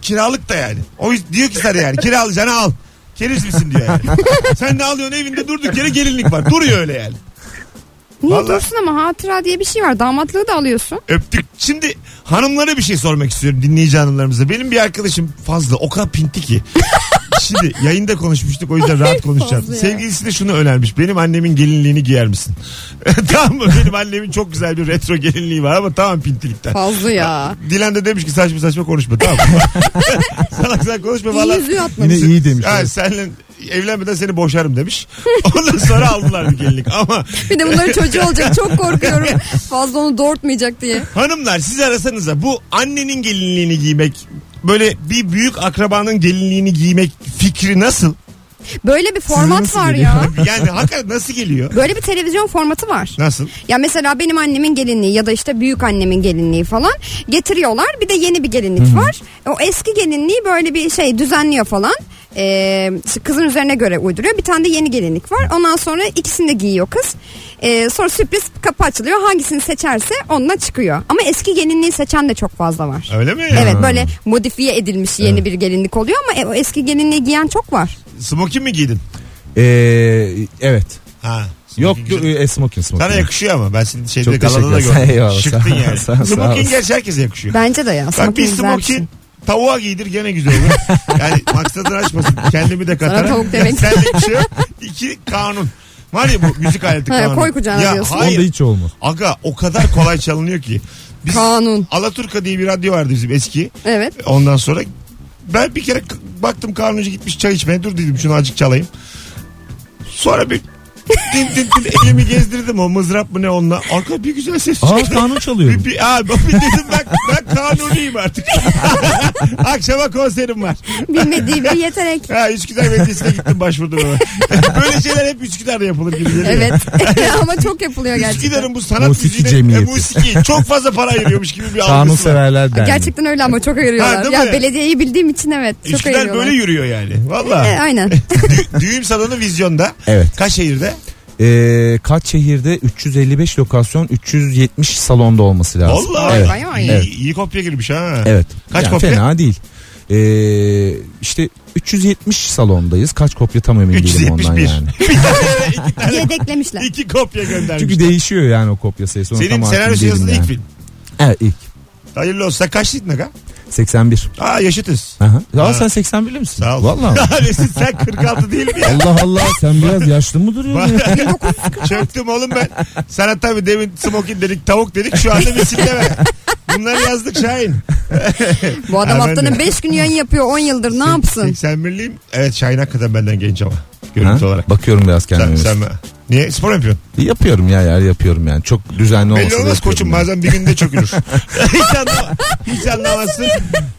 Speaker 2: Kiralık da yani. O yüzden diyor ki sana yani kiralayacağını al. Keriz misin diyor
Speaker 3: [LAUGHS]
Speaker 2: yani. Sen de alıyorsun evinde durduk yere gelinlik var. Duruyor öyle yani.
Speaker 3: Niye
Speaker 2: Vallahi.
Speaker 3: dursun ama hatıra diye bir şey var. Damatlığı da alıyorsun.
Speaker 2: Öptük. Şimdi hanımlara bir şey sormak istiyorum dinleyici hanımlarımıza. Benim bir arkadaşım fazla o kadar pinti
Speaker 3: [LAUGHS]
Speaker 2: ki. Şimdi yayında konuşmuştuk o yüzden rahat konuşacağım.
Speaker 3: Fazla ya.
Speaker 2: Sevgilisi de şunu önermiş. Benim annemin gelinliğini giyer misin? [LAUGHS] tamam mı? Benim annemin çok güzel bir retro gelinliği var ama tamam pintilikten.
Speaker 3: Fazla ya.
Speaker 2: Dilan da demiş ki saçma saçma konuşma tamam mı? [LAUGHS] salak salak konuşma
Speaker 3: İyi
Speaker 2: valla.
Speaker 3: yüzüğü
Speaker 4: Yine
Speaker 3: atmamış.
Speaker 4: iyi demiş.
Speaker 2: Ha, senle evlenmeden seni boşarım demiş. [LAUGHS] Ondan sonra aldılar bir gelinlik ama
Speaker 3: Bir de
Speaker 4: [LAUGHS]
Speaker 3: bunların çocuğu olacak. Çok korkuyorum. Fazla onu doğurtmayacak diye.
Speaker 2: Hanımlar siz arasanıza bu annenin gelinliğini giymek böyle bir büyük akrabanın gelinliğini giymek fikri nasıl?
Speaker 3: Böyle bir format
Speaker 4: nasıl
Speaker 3: var
Speaker 4: geliyor?
Speaker 3: ya.
Speaker 2: Yani hakikaten nasıl geliyor?
Speaker 3: Böyle bir televizyon formatı var.
Speaker 2: Nasıl?
Speaker 3: Ya mesela benim annemin gelinliği ya da işte büyük annemin gelinliği falan getiriyorlar. Bir de yeni bir gelinlik var. O eski gelinliği böyle bir şey düzenliyor falan. Ee, işte kızın üzerine göre uyduruyor. Bir tane de yeni gelinlik var. Ondan sonra ikisini de giyiyor kız. Ee, sonra sürpriz kapı açılıyor. Hangisini seçerse onunla çıkıyor. Ama eski gelinliği seçen de çok fazla var.
Speaker 2: Öyle mi?
Speaker 3: Evet böyle modifiye edilmiş yeni bir gelinlik oluyor ama e, o eski gelinliği giyen çok var.
Speaker 2: Smoking mi giydin?
Speaker 4: Ee, evet.
Speaker 2: Ha. smoking
Speaker 4: Yok
Speaker 2: güzel.
Speaker 4: e, e, smoking smoking.
Speaker 2: Sana yakışıyor ama ben senin şeyde
Speaker 4: Çok
Speaker 2: galada da
Speaker 4: teşekkür ederim. [LAUGHS]
Speaker 2: gördüm.
Speaker 4: Eyvallah,
Speaker 2: Şıktın
Speaker 4: sağ ol,
Speaker 2: yani.
Speaker 4: sağ ol, sağ ol.
Speaker 2: Smoking gerçi herkese yakışıyor.
Speaker 3: Bence de ya.
Speaker 2: Bak bir
Speaker 3: smoking güzel bir şey.
Speaker 2: smoking tavuğa giydir gene güzel olur. Yani maksadını açmasın. Kendimi de katarak.
Speaker 3: tavuk demek.
Speaker 2: Sen de bir şey yok. İki kanun. Var ya bu müzik aleti
Speaker 3: Ha,
Speaker 2: kanunu.
Speaker 3: koy kucağına diyorsun.
Speaker 2: hayır.
Speaker 4: Onda
Speaker 2: [LAUGHS]
Speaker 4: hiç olmaz.
Speaker 2: Aga o kadar kolay çalınıyor ki. Biz
Speaker 3: Kanun.
Speaker 2: Alaturka diye bir radyo vardı bizim eski.
Speaker 3: Evet.
Speaker 2: Ondan sonra ben bir kere k- baktım kanuncu gitmiş çay içmeye. Dur dedim şunu azıcık çalayım. Sonra bir din din din elimi gezdirdim o mızrap mı ne onunla. Arka bir güzel ses
Speaker 4: Aa
Speaker 2: çıktı.
Speaker 4: kanun çalıyor.
Speaker 2: Bir, bir, aa, bir dedim ben, ben kanunuyum artık. Akşama konserim var.
Speaker 3: Bilmediği bir yetenek.
Speaker 2: [LAUGHS] Ha, Üsküdar Belediyesi'ne gittim başvurdum ona. [LAUGHS] Böyle şeyler hep Üsküdar'da yapılır gibi geliyor.
Speaker 3: Evet. [LAUGHS] Ama çok yapılıyor gerçekten.
Speaker 2: Üsküdar'ın bu sanat
Speaker 4: Musiki
Speaker 2: müziğine
Speaker 4: cemiyeti.
Speaker 2: e, musiki çok fazla para ayırıyormuş gibi bir
Speaker 4: Kanun
Speaker 2: algısı var.
Speaker 4: severler der.
Speaker 3: Gerçekten öyle ama çok
Speaker 2: Ha,
Speaker 3: ayırıyorlar.
Speaker 2: değil
Speaker 3: ya
Speaker 2: mi?
Speaker 3: belediyeyi bildiğim için evet. Çok
Speaker 2: Üsküdar
Speaker 3: ayırıyorlar.
Speaker 2: böyle yürüyor yani. Valla. [LAUGHS]
Speaker 3: E, aynen.
Speaker 2: Dü- düğün salonu vizyonda.
Speaker 4: Evet.
Speaker 2: Kaşehir'de.
Speaker 4: Ee, kaç şehirde 355 lokasyon 370 salonda olması lazım.
Speaker 2: Valla.
Speaker 4: Evet.
Speaker 3: Vay vay.
Speaker 2: İyi,
Speaker 4: Evet.
Speaker 2: iyi kopya girmiş ha.
Speaker 4: [LAUGHS] Evet.
Speaker 2: Kaç
Speaker 4: Yani
Speaker 2: kopya?
Speaker 4: Fena değil. Ee, işte 370 salondayız. Kaç kopya tam emin değilim ondan
Speaker 2: 371. [LAUGHS]
Speaker 4: yani.
Speaker 3: Yedeklemişler.
Speaker 2: İki kopya göndermiş.
Speaker 4: Çünkü değişiyor yani o kopya sayısı. Ona tam
Speaker 2: Senin
Speaker 4: hakim
Speaker 2: senaryosu
Speaker 4: değilim
Speaker 2: yazılı
Speaker 4: yani.
Speaker 2: ilk film.
Speaker 4: Evet ilk.
Speaker 2: Hayırlı olsun. Sen kaçlıydın aga?
Speaker 4: 81.
Speaker 2: Aa yaşıtız.
Speaker 4: Aha. Ya
Speaker 2: Ha.
Speaker 4: sen 81'li misin?
Speaker 2: Sağ ol. [LAUGHS]
Speaker 4: Vallahi.
Speaker 2: Daha Mesut sen 46 değil mi
Speaker 3: [LAUGHS]
Speaker 2: ya?
Speaker 4: Allah Allah sen biraz yaşlı mı duruyorsun? ya?
Speaker 2: Çöktüm oğlum ben. Sana tabii demin smoking dedik, tavuk dedik. Şu anda bir
Speaker 4: [LAUGHS]
Speaker 2: silleme. Bunları yazdık Şahin.
Speaker 3: Bu adam
Speaker 2: Ha, ben de.
Speaker 3: haftanın 5 günü yayın yapıyor 10 yıldır ne yapsın?
Speaker 2: 81'liyim. Evet Şahin hakikaten benden genç ama. Görüntü
Speaker 4: Ha?
Speaker 2: olarak.
Speaker 4: Bakıyorum biraz
Speaker 2: Sen,
Speaker 4: kendime. E,
Speaker 2: sen mi? Niye? Spor mu yapıyorsun?
Speaker 4: Yapıyorum ya yer yapıyorum yani. Çok düzenli olmasa
Speaker 2: Belli
Speaker 4: da
Speaker 2: olmaz
Speaker 4: yapıyorum
Speaker 2: koçum
Speaker 4: yani.
Speaker 2: bazen bir günde çökülür.
Speaker 4: [LAUGHS]
Speaker 2: hiç, anla, hiç anlamazsın.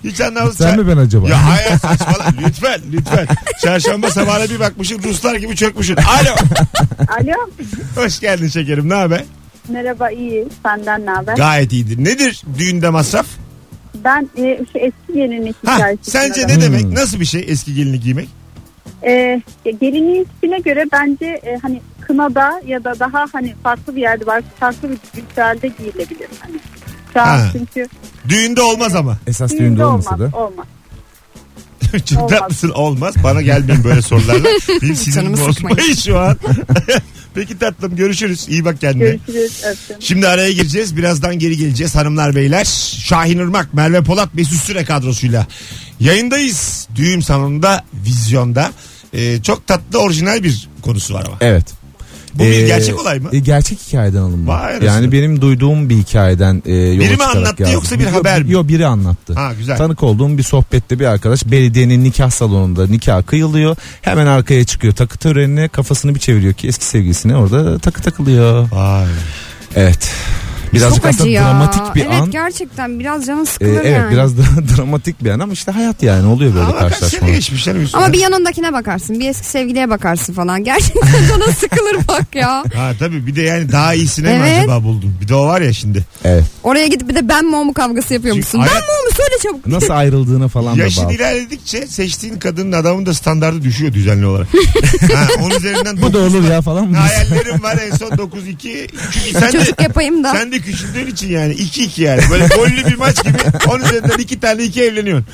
Speaker 2: Hiç anlamazsın.
Speaker 4: Sen mi ben acaba?
Speaker 2: Ya hayır saçmalama. Lütfen lütfen. Çarşamba sabahına bir bakmışsın Ruslar gibi çökmüşsün. Alo.
Speaker 5: Alo.
Speaker 2: Hoş geldin şekerim ne haber?
Speaker 5: Merhaba iyi. Senden ne haber?
Speaker 2: Gayet iyidir. Nedir düğünde masraf?
Speaker 5: Ben e, şu eski gelinlik
Speaker 2: Ha,
Speaker 5: hikayesi.
Speaker 2: sence
Speaker 5: dinledim.
Speaker 2: ne demek?
Speaker 4: Hmm.
Speaker 2: Nasıl bir şey eski gelini giymek?
Speaker 5: E, gelinliğin tipine göre bence e, hani kınada ya da daha hani farklı bir yerde belki farklı bir ritüelde giyilebilir. Hani. Şu an
Speaker 2: Ha.
Speaker 5: çünkü
Speaker 2: Düğünde olmaz ama.
Speaker 4: Esas düğünde
Speaker 5: düğünde
Speaker 4: olmasa
Speaker 5: olmaz.
Speaker 4: da.
Speaker 5: Olmaz.
Speaker 2: Çok
Speaker 5: Olmaz.
Speaker 2: tatlısın olmaz. Bana gelmeyin böyle sorularla. Benim sinirimi
Speaker 3: Canımı
Speaker 2: bozmayın şu an. [LAUGHS] Peki tatlım görüşürüz. İyi bak kendine.
Speaker 5: Görüşürüz. Öptüm.
Speaker 2: Şimdi araya gireceğiz. Birazdan geri geleceğiz hanımlar beyler. Şahin Irmak, Merve Polat, Mesut Süre kadrosuyla yayındayız. Düğüm salonunda, vizyonda. Ee, çok tatlı orijinal bir konusu var ama.
Speaker 4: Evet.
Speaker 2: Bu bir gerçek olay mı?
Speaker 4: e, gerçek hikayeden alınma.
Speaker 2: Vay arasını.
Speaker 4: yani benim duyduğum bir hikayeden e, yola
Speaker 2: Biri mi
Speaker 4: çıkarak
Speaker 2: anlattı
Speaker 4: yazdım.
Speaker 2: yoksa bir haber mi?
Speaker 4: Yok biri anlattı.
Speaker 2: Ha güzel.
Speaker 4: Tanık olduğum bir sohbette bir arkadaş belediyenin nikah salonunda nikah kıyılıyor. Hemen arkaya çıkıyor takı törenine kafasını bir çeviriyor ki eski sevgilisine orada takı takılıyor.
Speaker 2: Vay.
Speaker 4: Evet. Birazcık
Speaker 3: Çok acı
Speaker 4: aslında
Speaker 3: ya.
Speaker 4: dramatik bir
Speaker 3: evet,
Speaker 4: an.
Speaker 3: gerçekten biraz canın
Speaker 4: E,
Speaker 3: sıkılır
Speaker 4: evet
Speaker 3: yani.
Speaker 4: biraz [LAUGHS] da dramatik bir an ama işte hayat yani oluyor böyle
Speaker 2: Ama kaç
Speaker 4: karşılaşma.
Speaker 2: sene geçmiş yani Mesut.
Speaker 3: Ama bir yanındakine bakarsın. Bir eski sevgiliye bakarsın falan. Gerçekten [LAUGHS] canın sıkılır bak ya.
Speaker 2: Ha tabii bir de yani daha iyisine mi
Speaker 3: Evet.
Speaker 2: acaba buldun? Bir de o var ya şimdi.
Speaker 4: Evet.
Speaker 3: Oraya gidip bir de ben mi o mu kavgası yapıyor
Speaker 2: Çünkü
Speaker 3: musun?
Speaker 2: hayat-
Speaker 3: Ben mi o söyle çabuk.
Speaker 4: Nasıl ayrıldığına falan da
Speaker 2: Yaşın
Speaker 4: bağlı.
Speaker 2: ilerledikçe seçtiğin kadının adamın da standardı düşüyor düzenli
Speaker 4: [LAUGHS]
Speaker 2: olarak. ha, onun üzerinden
Speaker 4: Bu da
Speaker 2: dokuz-
Speaker 4: olur ya falan
Speaker 2: [LAUGHS]
Speaker 4: mı?
Speaker 2: Hayallerim var en son 9-2. Çünkü sen de,
Speaker 3: Çocuk yapayım da.
Speaker 2: sen de küçüldüğün için yani 2-2 yani. Böyle gollü bir maç gibi onun üzerinden 2 tane 2 evleniyorsun.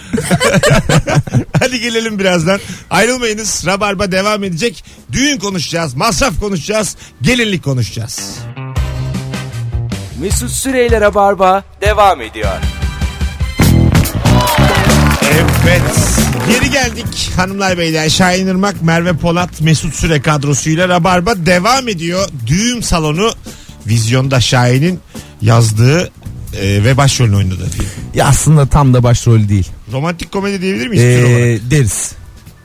Speaker 2: [LAUGHS] Hadi gelelim birazdan. Ayrılmayınız. Rabarba devam edecek. Düğün konuşacağız, masraf konuşacağız, gelinlik konuşacağız.
Speaker 1: Mesut Süreyler'e barba devam ediyor.
Speaker 2: Evet. Geri geldik hanımlar beyler. Şahin Irmak, Merve Polat, Mesut Süre kadrosuyla Rabarba devam ediyor. Düğüm salonu vizyonda Şahin'in yazdığı e, ve başrolünü oynadığı film.
Speaker 4: Ya aslında tam da başrol değil.
Speaker 2: Romantik komedi diyebilir miyiz? tür olarak?
Speaker 4: Ee, deriz.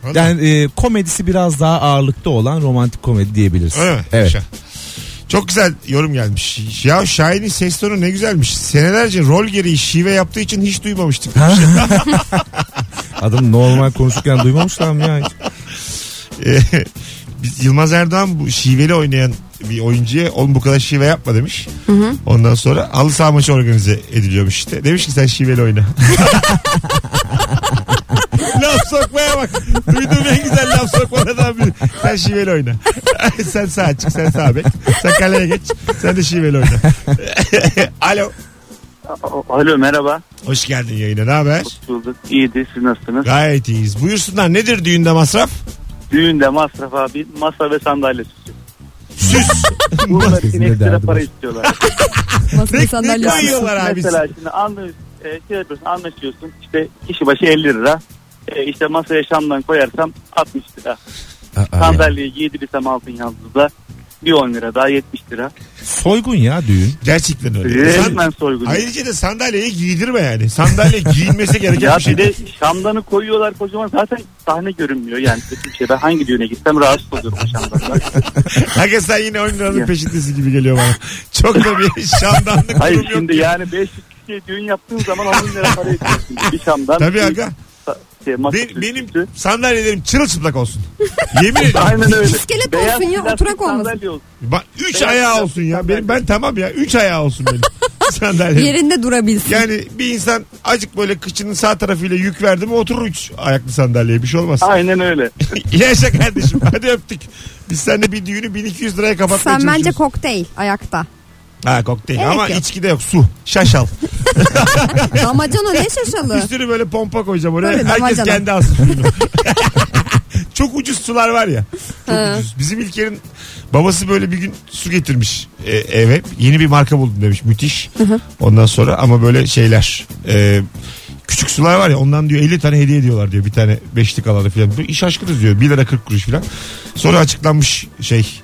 Speaker 2: Öyle mi?
Speaker 4: Yani e, komedisi biraz daha ağırlıkta olan romantik komedi diyebiliriz.
Speaker 2: Öyle mi?
Speaker 4: Evet. [LAUGHS]
Speaker 2: Şa- Çok güzel yorum gelmiş. Ya Şahin'in ses tonu ne güzelmiş. Senelerce rol gereği şive yaptığı için hiç duymamıştık.
Speaker 4: Adam normal konuşurken duymamışlar mı ya? hiç?
Speaker 2: E, [LAUGHS] biz- Yılmaz Erdoğan bu şiveli oynayan bir oyuncuya oğlum bu kadar şive yapma demiş. Ondan sonra halı saha maçı organize ediliyormuş işte. Demiş ki sen şiveli oyna. [LAUGHS] laf sokmaya bak. Duyduğum en güzel laf sokmadan biri. Sen şiveli oyna. [LAUGHS] sen sağ çık sen sağ bek. Sen kaleye geç. Sen de şiveli oyna. [LAUGHS] Alo.
Speaker 7: Alo merhaba.
Speaker 2: Hoş geldin yayına. Ne haber?
Speaker 7: Hoş bulduk. İyidir. Siz nasılsınız?
Speaker 2: Gayet iyiyiz. Buyursunlar nedir düğünde masraf?
Speaker 7: Düğünde masraf abi masa ve sandalye süsü.
Speaker 2: Süs.
Speaker 7: Bunlar
Speaker 4: Herkesin
Speaker 7: için
Speaker 4: de
Speaker 7: ekstra
Speaker 4: derdi
Speaker 7: para
Speaker 2: [LAUGHS]
Speaker 4: var.
Speaker 7: istiyorlar.
Speaker 3: Masaya
Speaker 2: ne
Speaker 3: sandalye
Speaker 2: koyuyor? Diyorlar abi.
Speaker 7: Mesela şimdi anlıyorsun,
Speaker 8: e,
Speaker 7: şey yapıyorsun, anlaşıyorsun. İşte kişi başı 50 lira. E, işte masaya şamdan koyarsam 60 lira. Sandalyeyi giydirirsem altın yaldızla bir 10 lira daha 70 lira.
Speaker 4: Soygun ya düğün.
Speaker 2: Gerçekten öyle. Ee, Sen-
Speaker 7: Resmen soygun.
Speaker 2: Ayrıca da sandalyeyi giydirme yani. Sandalye giyilmesi gereken
Speaker 7: Ya
Speaker 2: bir şey.
Speaker 7: bir de şamdanı koyuyorlar kocaman zaten sahne görünmüyor yani kötü bir şey. Ben hangi düğüne gitsem rahatsız oluyorum
Speaker 2: [LAUGHS]
Speaker 7: o şamdanlar.
Speaker 2: Hakikaten sen yine 10 liranın
Speaker 7: Ya.
Speaker 2: peşindesin gibi geliyor bana. Çok da
Speaker 7: [LAUGHS]
Speaker 2: bir şamdanlık durum
Speaker 7: Hayır
Speaker 2: yok.
Speaker 7: şimdi yani 500 kişiye düğün yaptığın zaman 10 bin lira para ediyorsun. Bir şamdan.
Speaker 2: Tabii
Speaker 7: bir
Speaker 2: aga.
Speaker 7: sa- Şey, masa
Speaker 2: Be-
Speaker 7: süsü.
Speaker 2: benim sandalyelerim çırılçıplak olsun.
Speaker 7: [LAUGHS]
Speaker 2: Yemin ederim.
Speaker 7: Aynen öyle.
Speaker 3: İskelet olsun ya,
Speaker 7: plastik
Speaker 3: oturak olmasın.
Speaker 7: sandalye olsun.
Speaker 2: Bak 3
Speaker 7: Beyaz
Speaker 2: ayağı
Speaker 7: plastik
Speaker 2: olsun ya.
Speaker 7: sandalye.
Speaker 2: Benim, ben tamam ya. 3 ayağı olsun
Speaker 7: [LAUGHS]
Speaker 2: benim sandalyem.
Speaker 3: Yerinde durabilsin.
Speaker 2: Yani bir insan acık böyle kıçının sağ tarafıyla yük verdi mi oturur 3 ayaklı sandalyeye bir şey olmaz.
Speaker 7: Aynen öyle.
Speaker 2: [LAUGHS] Yaşa kardeşim hadi öptük. Biz seninle bir düğünü 1200 liraya kapatmaya
Speaker 3: Sen
Speaker 2: çalışıyoruz.
Speaker 3: bence kokteyl ayakta.
Speaker 2: Ha kokteyl
Speaker 3: Evet
Speaker 2: ama
Speaker 3: ya.
Speaker 2: içki de yok su. Şaşal.
Speaker 3: Damacana ne şaşalı.
Speaker 2: [LAUGHS] Bir sürü böyle pompa koyacağım oraya.
Speaker 3: Böyle
Speaker 2: Herkes
Speaker 3: damacana.
Speaker 2: kendi alsın suyunu. Çok ucuz sular var ya. Çok ucuz. Bizim İlker'in babası böyle bir gün su getirmiş e, eve. Yeni bir marka buldum demiş. Müthiş. Ondan sonra ama böyle şeyler. e, küçük sular var ya ondan diyor 50 tane hediye ediyorlar diyor. Bir tane beşlik alanı falan. Bu iş aşkınız diyor. 1 lira 40 kuruş falan. Sonra açıklanmış şey.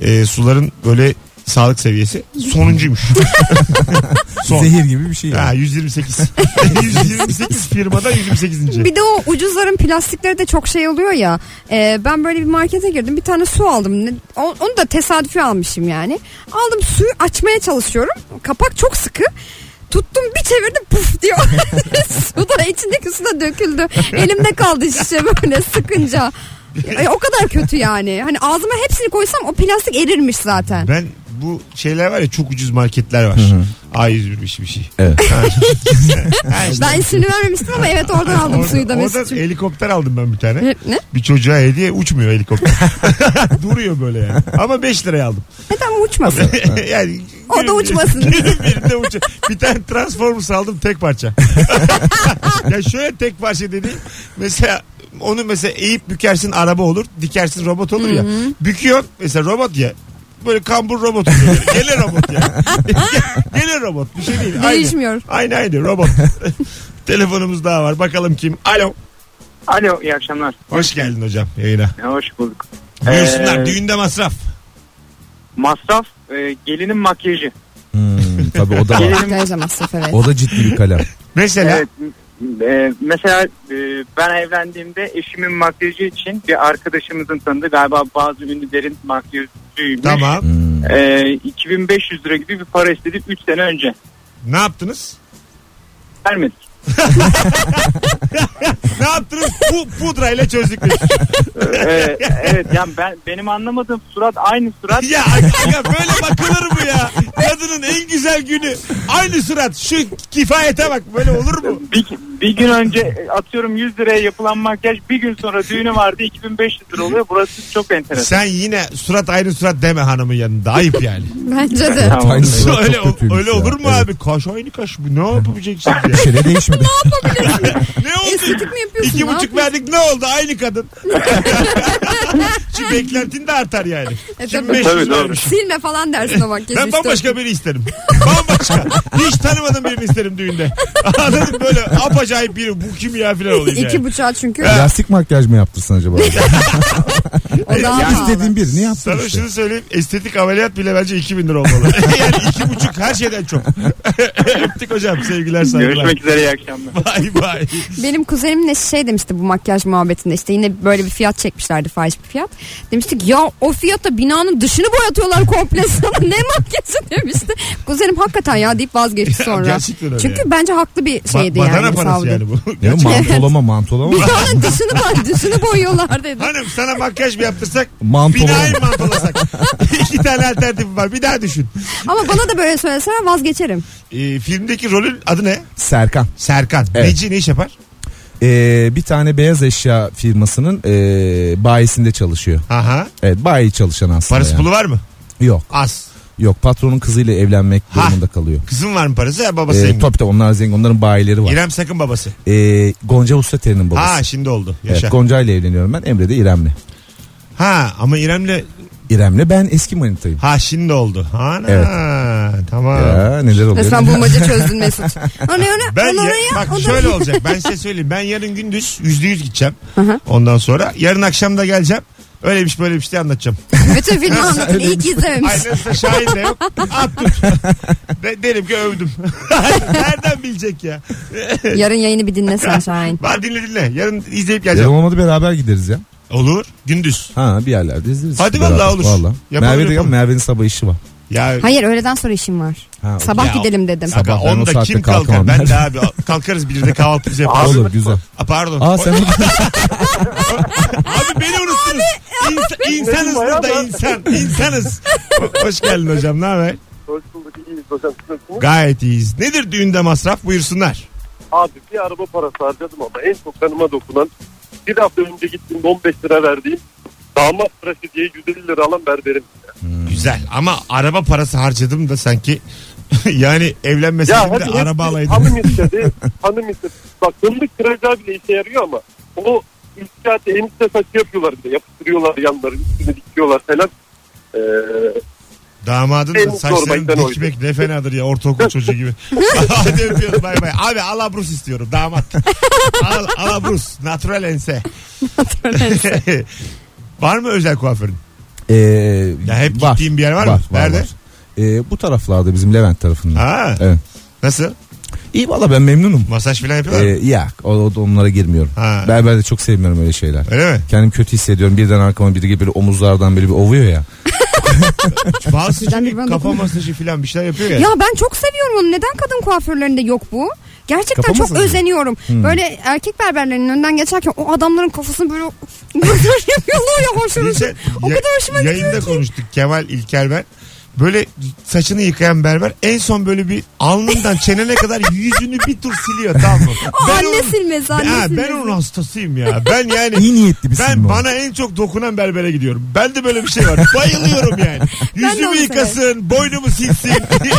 Speaker 2: e, suların böyle sağlık seviyesi sonuncuymuş. Son.
Speaker 4: Zehir gibi bir şey.
Speaker 2: Ha,
Speaker 4: Yani. [LAUGHS]
Speaker 2: 128. 128 firmada 128.
Speaker 3: Bir de o ucuzların plastikleri de çok şey oluyor ya. Ee, ben böyle bir markete girdim bir tane su aldım. Ne- o- Onu da tesadüfi almışım yani. Aldım suyu açmaya çalışıyorum. Kapak çok sıkı. Tuttum bir çevirdim puf diyor. [LAUGHS] su da içindeki su da döküldü. Elimde kaldı şişe böyle sıkınca. Ay, o kadar kötü yani. Hani ağzıma hepsini koysam o plastik erirmiş zaten.
Speaker 2: Ben bu şeyler var ya çok ucuz marketler var. A101 bir şey bir şey.
Speaker 4: Evet.
Speaker 2: Ha, [LAUGHS] ha işte.
Speaker 3: Ben ismini vermemiştim ama evet oradan aldım
Speaker 2: Orada-
Speaker 3: suyu da
Speaker 2: Oradan
Speaker 3: Mesut'cum.
Speaker 2: helikopter aldım ben bir tane.
Speaker 3: Ne?
Speaker 2: Bir çocuğa hediye uçmuyor helikopter. [LAUGHS] Duruyor böyle yani. Ama 5 liraya aldım.
Speaker 3: Neden E, uçmasın?
Speaker 2: [LAUGHS] yani
Speaker 3: O da
Speaker 2: günün-
Speaker 3: uçmasın.
Speaker 2: günün birinde uça- [LAUGHS] Bir tane Transformers aldım tek parça.
Speaker 3: [LAUGHS]
Speaker 2: ya şöyle tek parça dediğim mesela onu mesela eğip bükersin araba olur dikersin robot olur ya. Büküyorsun mesela robot ya. Böyle kambur robot oluyor.
Speaker 3: [LAUGHS]
Speaker 2: Gele robot ya. [LAUGHS] Gele robot bir şey değil.
Speaker 3: Değişmiyor.
Speaker 2: Aynı aynı robot. [LAUGHS] Telefonumuz daha var bakalım kim. Alo.
Speaker 7: Alo iyi akşamlar.
Speaker 2: Hoş geldin hocam yayına.
Speaker 7: Hoş bulduk.
Speaker 2: Buyursunlar
Speaker 7: Ee,
Speaker 2: düğünde masraf.
Speaker 7: Masraf gelinin makyajı.
Speaker 4: Hmm, tabii o da var.
Speaker 3: [LAUGHS] Arkadaşlar masraf evet.
Speaker 4: O da ciddi bir kalem.
Speaker 2: Mesela
Speaker 7: Evet. e, mesela e, ben evlendiğimde eşimin makyajı için bir arkadaşımızın tanıdığı galiba bazı ünlülerin makyajıymış.
Speaker 2: tamam.
Speaker 4: Hmm.
Speaker 7: E, 2500 lira gibi bir para istedi 3 sene önce.
Speaker 2: Ne yaptınız? [LAUGHS]
Speaker 7: Vermedik.
Speaker 2: ne yaptınız? Bu pudrayla çözdük.
Speaker 7: Ee, evet yani ben benim anlamadığım surat aynı surat.
Speaker 2: ya aga böyle bakılır mı ya? Kadının en güzel günü. Aynı surat. Şu kifayete bak. Böyle olur mu?
Speaker 7: Bir, bir gün önce e, atıyorum 100 liraya yapılan makyaj bir gün sonra düğünü vardı 2500 lira oluyor. Burası çok enteresan.
Speaker 2: Sen yine surat aynı surat deme hanımın yanında. Ayıp yani.
Speaker 3: Bence de.
Speaker 7: Tamam.
Speaker 4: Aynı surat
Speaker 2: öyle
Speaker 4: çok kötüymüş
Speaker 2: öyle
Speaker 4: ya.
Speaker 2: olur mu
Speaker 4: Evet.
Speaker 2: abi? Kaş aynı kaş. Bu Ne yapabileceksin ya?
Speaker 4: [LAUGHS] Bir şey
Speaker 2: [LAUGHS]
Speaker 4: de değişmedi.
Speaker 2: ne oldu?
Speaker 3: Estetik mi yapıyorsun?
Speaker 2: İki
Speaker 3: Ne
Speaker 2: buçuk
Speaker 3: yapıyorsun?
Speaker 2: verdik ne oldu? Aynı
Speaker 3: [LAUGHS]
Speaker 2: kadın. Şu beklentin de artar yani.
Speaker 3: E,
Speaker 2: Şimdi
Speaker 3: tabii.
Speaker 2: 500
Speaker 7: Tabii, doğru.
Speaker 2: vermiş.
Speaker 3: Silme falan dersin o makyajı.
Speaker 2: Ben
Speaker 3: işte.
Speaker 2: bambaşka birini isterim. [LAUGHS] Bambaşka. Hiç tanımadığım birini isterim düğünde. Anladın mı? Böyle apacayip biri bu kim ya filan olayım yani.
Speaker 3: İki buçuğa çünkü
Speaker 4: Plastik makyaj mı yaptırsın
Speaker 2: [LAUGHS]
Speaker 4: acaba?
Speaker 3: o daha pahalı.
Speaker 4: İstediğin bir. Ne yaptın
Speaker 2: Sana
Speaker 4: işte?
Speaker 2: şunu söyleyeyim. Estetik ameliyat bile bence 2000 lira olmalı. [LAUGHS] yani iki buçuk her şeyden çok. [LAUGHS] Öptük hocam. Sevgiler saygılar.
Speaker 7: Görüşmek üzere iyi akşamlar.
Speaker 2: Bay bay.
Speaker 3: Benim kuzenim de şey demişti bu makyaj muhabbetinde işte yine böyle bir fiyat çekmişlerdi fahiş bir fiyat. Demiştik ya o fiyata binanın dışını boyatıyorlar komple sana ne makyajı [LAUGHS] demişti. Kuzenim hakikaten ya deyip vazgeçti
Speaker 2: Ya
Speaker 3: sonra.
Speaker 2: gerçekten öyle
Speaker 3: Çünkü
Speaker 2: ya.
Speaker 3: bence haklı bir
Speaker 4: Şey
Speaker 3: şeydi
Speaker 2: Ba- badana
Speaker 3: yani.
Speaker 2: parası
Speaker 3: savdı.
Speaker 2: yani
Speaker 4: [LAUGHS]
Speaker 2: bu.
Speaker 4: Ya mantolama
Speaker 2: [LAUGHS]
Speaker 4: mantolama.
Speaker 3: Binanın dışını, boy- dışını boyuyorlar dedi.
Speaker 2: Hanım sana makyaj mı yaptırsak
Speaker 4: Mantolama.
Speaker 2: binayı mantolasak. [LAUGHS] İki tane alternatif var. Bir daha düşün.
Speaker 3: Ama bana da böyle söyleseler vazgeçerim.
Speaker 2: Ee, filmdeki rolün adı ne?
Speaker 4: Serkan.
Speaker 2: Serkan.
Speaker 4: Evet.
Speaker 2: Neci ne iş yapar?
Speaker 4: Ee, bir tane beyaz eşya firmasının ee, bayisinde çalışıyor.
Speaker 2: Aha.
Speaker 4: Evet bayi çalışan aslında.
Speaker 2: Parası
Speaker 4: yani.
Speaker 2: pulu var mı?
Speaker 4: Yok
Speaker 2: Az.
Speaker 4: yok patronun kızıyla evlenmek
Speaker 2: Ha.
Speaker 4: durumunda kalıyor.
Speaker 2: Kızın var mı parası? Ya babası
Speaker 4: Ee,
Speaker 2: zengin.
Speaker 4: tabii tabii onlar zengin onların bayileri var.
Speaker 2: İrem Sakın babası.
Speaker 4: Ee, Gonca Ustater'in babası.
Speaker 2: Ha şimdi oldu.
Speaker 4: Evet,
Speaker 2: Yaşa.
Speaker 4: Gonca ile evleniyorum ben Emre de İrem'le.
Speaker 2: ha ama İrem'le
Speaker 4: İrem'le ben eski manitayım.
Speaker 2: ha şimdi oldu. Ana. Tamam.
Speaker 4: Ya neler oluyor.
Speaker 3: Resmen bulmaca
Speaker 2: [LAUGHS]
Speaker 3: çözdün Mesut. O ne o ne?
Speaker 2: Ben
Speaker 3: o ne, o
Speaker 2: ya-
Speaker 3: ne ya?
Speaker 2: bak
Speaker 3: O ne-
Speaker 2: şöyle olacak. Ben size söyleyeyim. Ben yarın gündüz yüzde yüz gideceğim. Ondan sonra yarın akşam da geleceğim. Öyleymiş böyle bir şey
Speaker 4: [LAUGHS]
Speaker 2: anlatacağım.
Speaker 3: Bütün filmi anlatın. İyi ki izlememiş.
Speaker 2: Aynasında şahin de yok. At tut. [LAUGHS] De, derim ki övdüm. [LAUGHS] Nereden bilecek ya?
Speaker 3: Yarın yayını bir dinlesen Şahin.
Speaker 2: Var dinle dinle. Yarın izleyip
Speaker 4: Yarın
Speaker 2: geleceğim.
Speaker 4: olmadı beraber gideriz ya.
Speaker 2: Olur. Gündüz.
Speaker 4: Ha bir yerlerde izleriz.
Speaker 2: Hadi
Speaker 4: Beraber.
Speaker 2: vallahi olur.
Speaker 4: Vallahi.
Speaker 2: Yapalım,
Speaker 4: Merve de
Speaker 2: yapalım.
Speaker 4: Merve'nin sabah işi var.
Speaker 2: Ya
Speaker 3: Hayır öğleden sonra işim var.
Speaker 4: Ha, okey.
Speaker 3: Sabah
Speaker 2: Ya,
Speaker 3: gidelim dedim.
Speaker 4: Sabah.
Speaker 2: Aga,
Speaker 4: ben o
Speaker 2: onda
Speaker 4: saatte
Speaker 2: kim kalkar?
Speaker 4: kalkamam.
Speaker 2: Ben de abi kalkarız bir de kahvaltımızı yaparız.
Speaker 4: Olur güzel.
Speaker 2: Aa, pardon.
Speaker 4: Aa sen
Speaker 2: Abi beni unuttunuz. İnsa- insanız
Speaker 8: Benim bayağı
Speaker 2: burada
Speaker 8: ben-
Speaker 2: insan. İnsanız. Hoş geldin hocam. Ne haber?
Speaker 8: Hoş bulduk. İyiyiz hocam. Siz nasılsınız?
Speaker 2: Gayet iyiyiz. Nedir düğünde masraf? Buyursunlar.
Speaker 8: Abi bir araba parası harcadım ama en çok kanıma dokunan bir hafta önce gittiğimde 15 lira verdiğim damat tıraşı diye 150 lira alan berberim.
Speaker 2: Güzel ama araba parası harcadım da sanki [LAUGHS] yani
Speaker 8: Ya
Speaker 2: evlenmeseydim
Speaker 8: hadi
Speaker 2: de
Speaker 8: hepsi
Speaker 2: araba alaydım.
Speaker 8: hanım
Speaker 2: [LAUGHS]
Speaker 8: istedi. hanım istedi. Bak dımlık kiracılar bile işe yarıyor ama o iltifatı enişte saçı yapıyorlar bile. Yapıştırıyorlar yanları üstüne dikiyorlar falan. Ee,
Speaker 2: Damadın da
Speaker 8: En
Speaker 2: saçlarını
Speaker 8: zorbalıktan oydu.
Speaker 2: dikmek ne fenadır ya ortaokul
Speaker 8: [LAUGHS]
Speaker 2: çocuğu gibi. Hadi öpüyoruz bay bay. Abi alabrus istiyorum damat. Al, alabrus. Natural ense. [LAUGHS] var mı özel kuaförün?
Speaker 4: Ee,
Speaker 2: [LAUGHS] Ya hep
Speaker 4: var.
Speaker 2: gittiğin bir yer var mı?
Speaker 4: Var, var,
Speaker 2: Nerede?
Speaker 4: var. Ee, bu taraflarda bizim Levent tarafında.
Speaker 2: Ha.
Speaker 4: Evet.
Speaker 2: Nasıl?
Speaker 4: İyi valla ben memnunum.
Speaker 2: Masaj falan
Speaker 4: Ee,
Speaker 2: yapıyorlar mı?
Speaker 4: ya o, o- onlara girmiyorum.
Speaker 2: Ha.
Speaker 4: Ben, ben de çok sevmiyorum öyle şeyler.
Speaker 2: Öyle mi?
Speaker 4: Kendim kötü hissediyorum. Birden arkama biri gibi böyle omuzlardan böyle bir ovuyor ya.
Speaker 2: Bazı
Speaker 3: Birden
Speaker 2: çünkü
Speaker 3: birden
Speaker 2: kafa
Speaker 3: dokunma.
Speaker 2: masajı falan bir şeyler yapıyor ya.
Speaker 3: Ya ben çok seviyorum onu. Neden kadın kuaförlerinde yok bu? Gerçekten
Speaker 4: Kafa
Speaker 3: çok
Speaker 4: masajı mı?
Speaker 3: özeniyorum.
Speaker 2: Hmm.
Speaker 3: Böyle erkek berberlerinin önden geçerken o adamların kafasını böyle [LAUGHS] yapıyorlar ya hoşuma
Speaker 2: Geçen
Speaker 3: O
Speaker 2: ya-
Speaker 3: kadar hoşuma gidiyor
Speaker 2: Yayında
Speaker 3: ki.
Speaker 2: konuştuk Kemal İlker ben. Böyle saçını yıkayan berber en son böyle bir alnından çenene kadar yüzünü bir tur siliyor tamam mı?
Speaker 3: O anne
Speaker 2: onun-
Speaker 3: silmesi anne
Speaker 2: Ha, ben
Speaker 3: silmesi.
Speaker 2: onun hastasıyım ya. Ben yani
Speaker 4: İyi E, niyetli bir
Speaker 2: ben
Speaker 4: sinir o.
Speaker 2: bana en çok dokunan berbere gidiyorum. Ben de böyle bir şey var. Bayılıyorum
Speaker 3: [LAUGHS]
Speaker 2: yani.
Speaker 3: de
Speaker 2: Yüzümü
Speaker 3: onu
Speaker 2: yıkasın, boynumu silsin. [LAUGHS]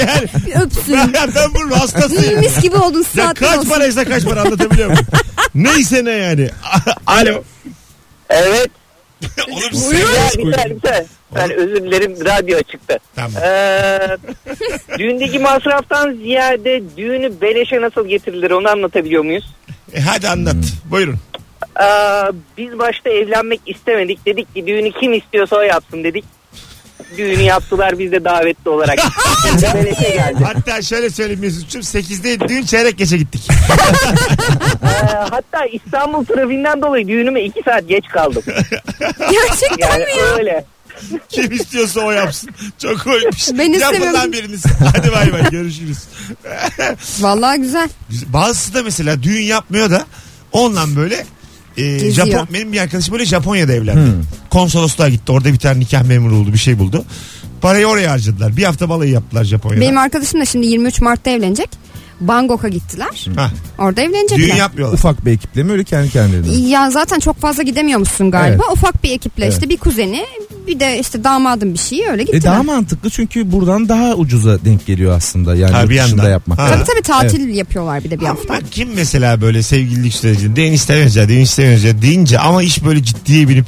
Speaker 2: yani,
Speaker 3: Bir öpsün.
Speaker 2: ben, ben bunun hastasıyım.
Speaker 3: Mis gibi oldun
Speaker 2: ya
Speaker 3: saat
Speaker 2: kaç
Speaker 3: olsun.
Speaker 2: paraysa kaç para anlatabiliyor
Speaker 3: [LAUGHS]
Speaker 2: muyum? Neyse ne yani. [LAUGHS] Alo.
Speaker 9: Evet.
Speaker 2: Oğlum sen-
Speaker 9: Güzel güzel güzel. Ben özür dilerim radyo açıktı.
Speaker 2: Tamam. [LAUGHS]
Speaker 9: Ee, düğündeki masraftan ziyade düğünü beleşe nasıl getirilir onu anlatabiliyor muyuz?
Speaker 2: E, hadi anlat. Buyurun.
Speaker 9: Ee, biz başta evlenmek istemedik. Dedik ki düğünü kim istiyorsa o yapsın dedik. Düğünü yaptılar biz de davetli olarak. beleşe geldi.
Speaker 2: Hatta şöyle söyleyeyim Mesut'cum 8'de düğün çeyrek geçe gittik.
Speaker 9: Ee, hatta İstanbul trafiğinden dolayı düğünüme iki saat geç kaldım.
Speaker 3: Gerçekten
Speaker 9: Yani
Speaker 3: mi ya?
Speaker 9: öyle.
Speaker 2: Kim istiyorsa o yapsın. Çok hoşmuş.
Speaker 3: Ben
Speaker 2: Yapın lan
Speaker 3: istemiyorum.
Speaker 2: biriniz. Hadi bay bay görüşürüz.
Speaker 3: Vallahi güzel.
Speaker 2: Bazısı da mesela düğün yapmıyor da onunla böyle e,
Speaker 3: Geziyor.
Speaker 2: Japon benim bir arkadaşım böyle Japonya'da evlendi. Konsolosluğa gitti. Orada bir tane nikah memuru oldu, bir şey buldu. Parayı oraya harcadılar. Bir hafta balayı yaptılar Japonya'da.
Speaker 3: Benim arkadaşım da şimdi 23 Mart'ta evlenecek. Bangkok'a gittiler.
Speaker 2: Hah,
Speaker 3: Orada evlenecekler.
Speaker 2: düğün yapmıyorlar.
Speaker 4: Ufak bir ekiple mi öyle kendi E, kendilerine?
Speaker 3: Ya zaten çok fazla gidemiyormuşsun galiba. Ufak bir ekiple
Speaker 4: Evet.
Speaker 3: işte bir kuzeni bir de işte damadın bir şeyi öyle
Speaker 4: E
Speaker 3: gittiler.
Speaker 4: daha mantıklı çünkü buradan daha ucuza denk geliyor aslında yani
Speaker 2: Ha,
Speaker 4: yurt
Speaker 2: bir
Speaker 4: dışında
Speaker 2: yandan.
Speaker 4: yapmak.
Speaker 2: Ha.
Speaker 3: Tabii tabii tatil yapıyorlar bir de bir hafta.
Speaker 2: Ama kim mesela böyle sevgililik sürecinde düğün istemiyoruz ya, düğün istemiyoruz ya deyince ama iş böyle ciddiye binip